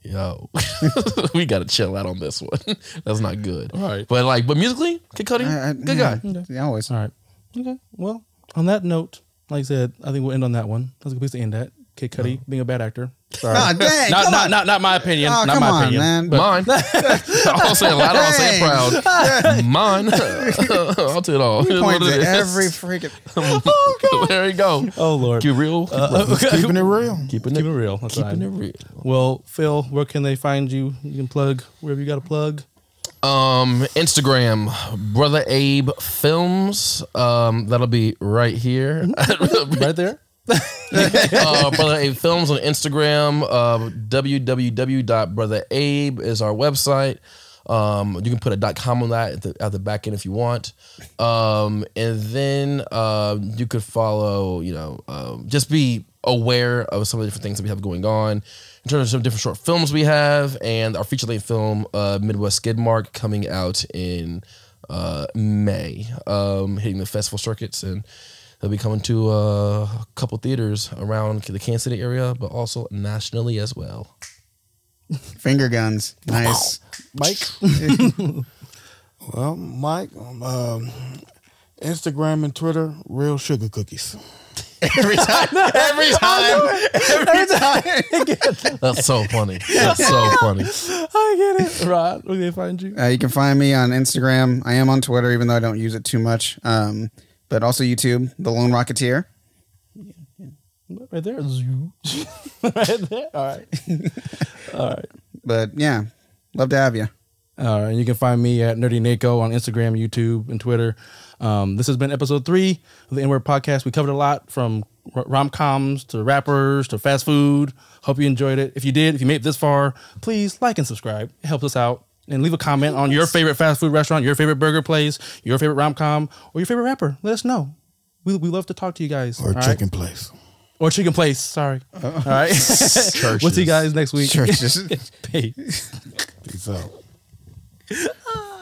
Speaker 4: yo, [LAUGHS] we gotta chill out on this one. [LAUGHS] That's not good,
Speaker 5: Right.
Speaker 4: But like, but musically, Kid Cudi, good guy.
Speaker 1: Yeah, always.
Speaker 5: All right. Okay. Well, on that note, like I said, I think we'll end on that one. That's a good place to end at. Kid Cudi being a bad actor. Sorry.
Speaker 1: Oh, dang,
Speaker 5: not,
Speaker 1: come
Speaker 5: not,
Speaker 1: on.
Speaker 5: not, not my opinion.
Speaker 1: Oh,
Speaker 5: not
Speaker 1: come
Speaker 5: my
Speaker 1: on,
Speaker 5: opinion.
Speaker 1: man.
Speaker 5: But
Speaker 4: Mine. I'll say it loud. I'll say it proud. Mine. [LAUGHS] I'll do it all. It is
Speaker 1: Point
Speaker 4: what it
Speaker 1: to
Speaker 4: is.
Speaker 1: every freaking.
Speaker 4: [LAUGHS] there you go.
Speaker 5: oh Lord,
Speaker 4: Keep it real. Keep,
Speaker 3: Keeping it real.
Speaker 4: keeping
Speaker 5: keep
Speaker 4: it
Speaker 5: it
Speaker 4: real.
Speaker 5: real. That's
Speaker 4: Keeping it
Speaker 5: fine.
Speaker 4: real.
Speaker 5: Well, Phil, where can they find you? You can plug wherever you got to plug.
Speaker 4: Um, Instagram, brother Abe Films. Um, that'll be right here.
Speaker 5: [LAUGHS]
Speaker 4: [LAUGHS]
Speaker 5: Right there.
Speaker 4: uh, brother Abe Films on Instagram. Uh, www.brotherabe is our website. Um, you can put a dot com on that at the, at the back end if you want. Um, and then uh, you could follow. You know, um, just be aware of some of the different things that we have going on in terms of some different short films we have and our feature length film uh, Midwest Skidmark coming out in uh, May, um, hitting the festival circuits and. They'll be coming to uh, a couple theaters around the Kansas City area, but also nationally as well.
Speaker 1: Finger guns. Nice.
Speaker 3: Mike. well, Mike, um, Instagram and Twitter, real sugar cookies.
Speaker 1: every time. Every time. Every time.
Speaker 4: That's so funny. That's so funny.
Speaker 5: [LAUGHS] I get it. Rod, where can they find you?
Speaker 1: Uh, you can find me on Instagram. I am on Twitter, even though I don't use it too much. Um, but also YouTube, The Lone Rocketeer.
Speaker 5: Right there. Zoo. right there. All right. All right.
Speaker 1: But yeah, love to have you.
Speaker 5: All right. Uh, And you can find me at Nerdy Naco on Instagram, YouTube, and Twitter. Um, this has been episode three of the N Word Podcast. We covered a lot from rom coms to rappers to fast food. Hope you enjoyed it. If you did, if you made it this far, please like and subscribe. It helps us out. And leave a comment on your favorite fast food restaurant, your favorite burger place, your favorite rom com, or your favorite rapper. Let us know. We, we love to talk to you guys.
Speaker 3: Or
Speaker 5: all right?
Speaker 3: chicken place.
Speaker 5: Or chicken place. Sorry. All
Speaker 3: [LAUGHS]
Speaker 5: right. we'll see you guys next week.
Speaker 1: Churches.
Speaker 5: Peace.
Speaker 3: Peace out.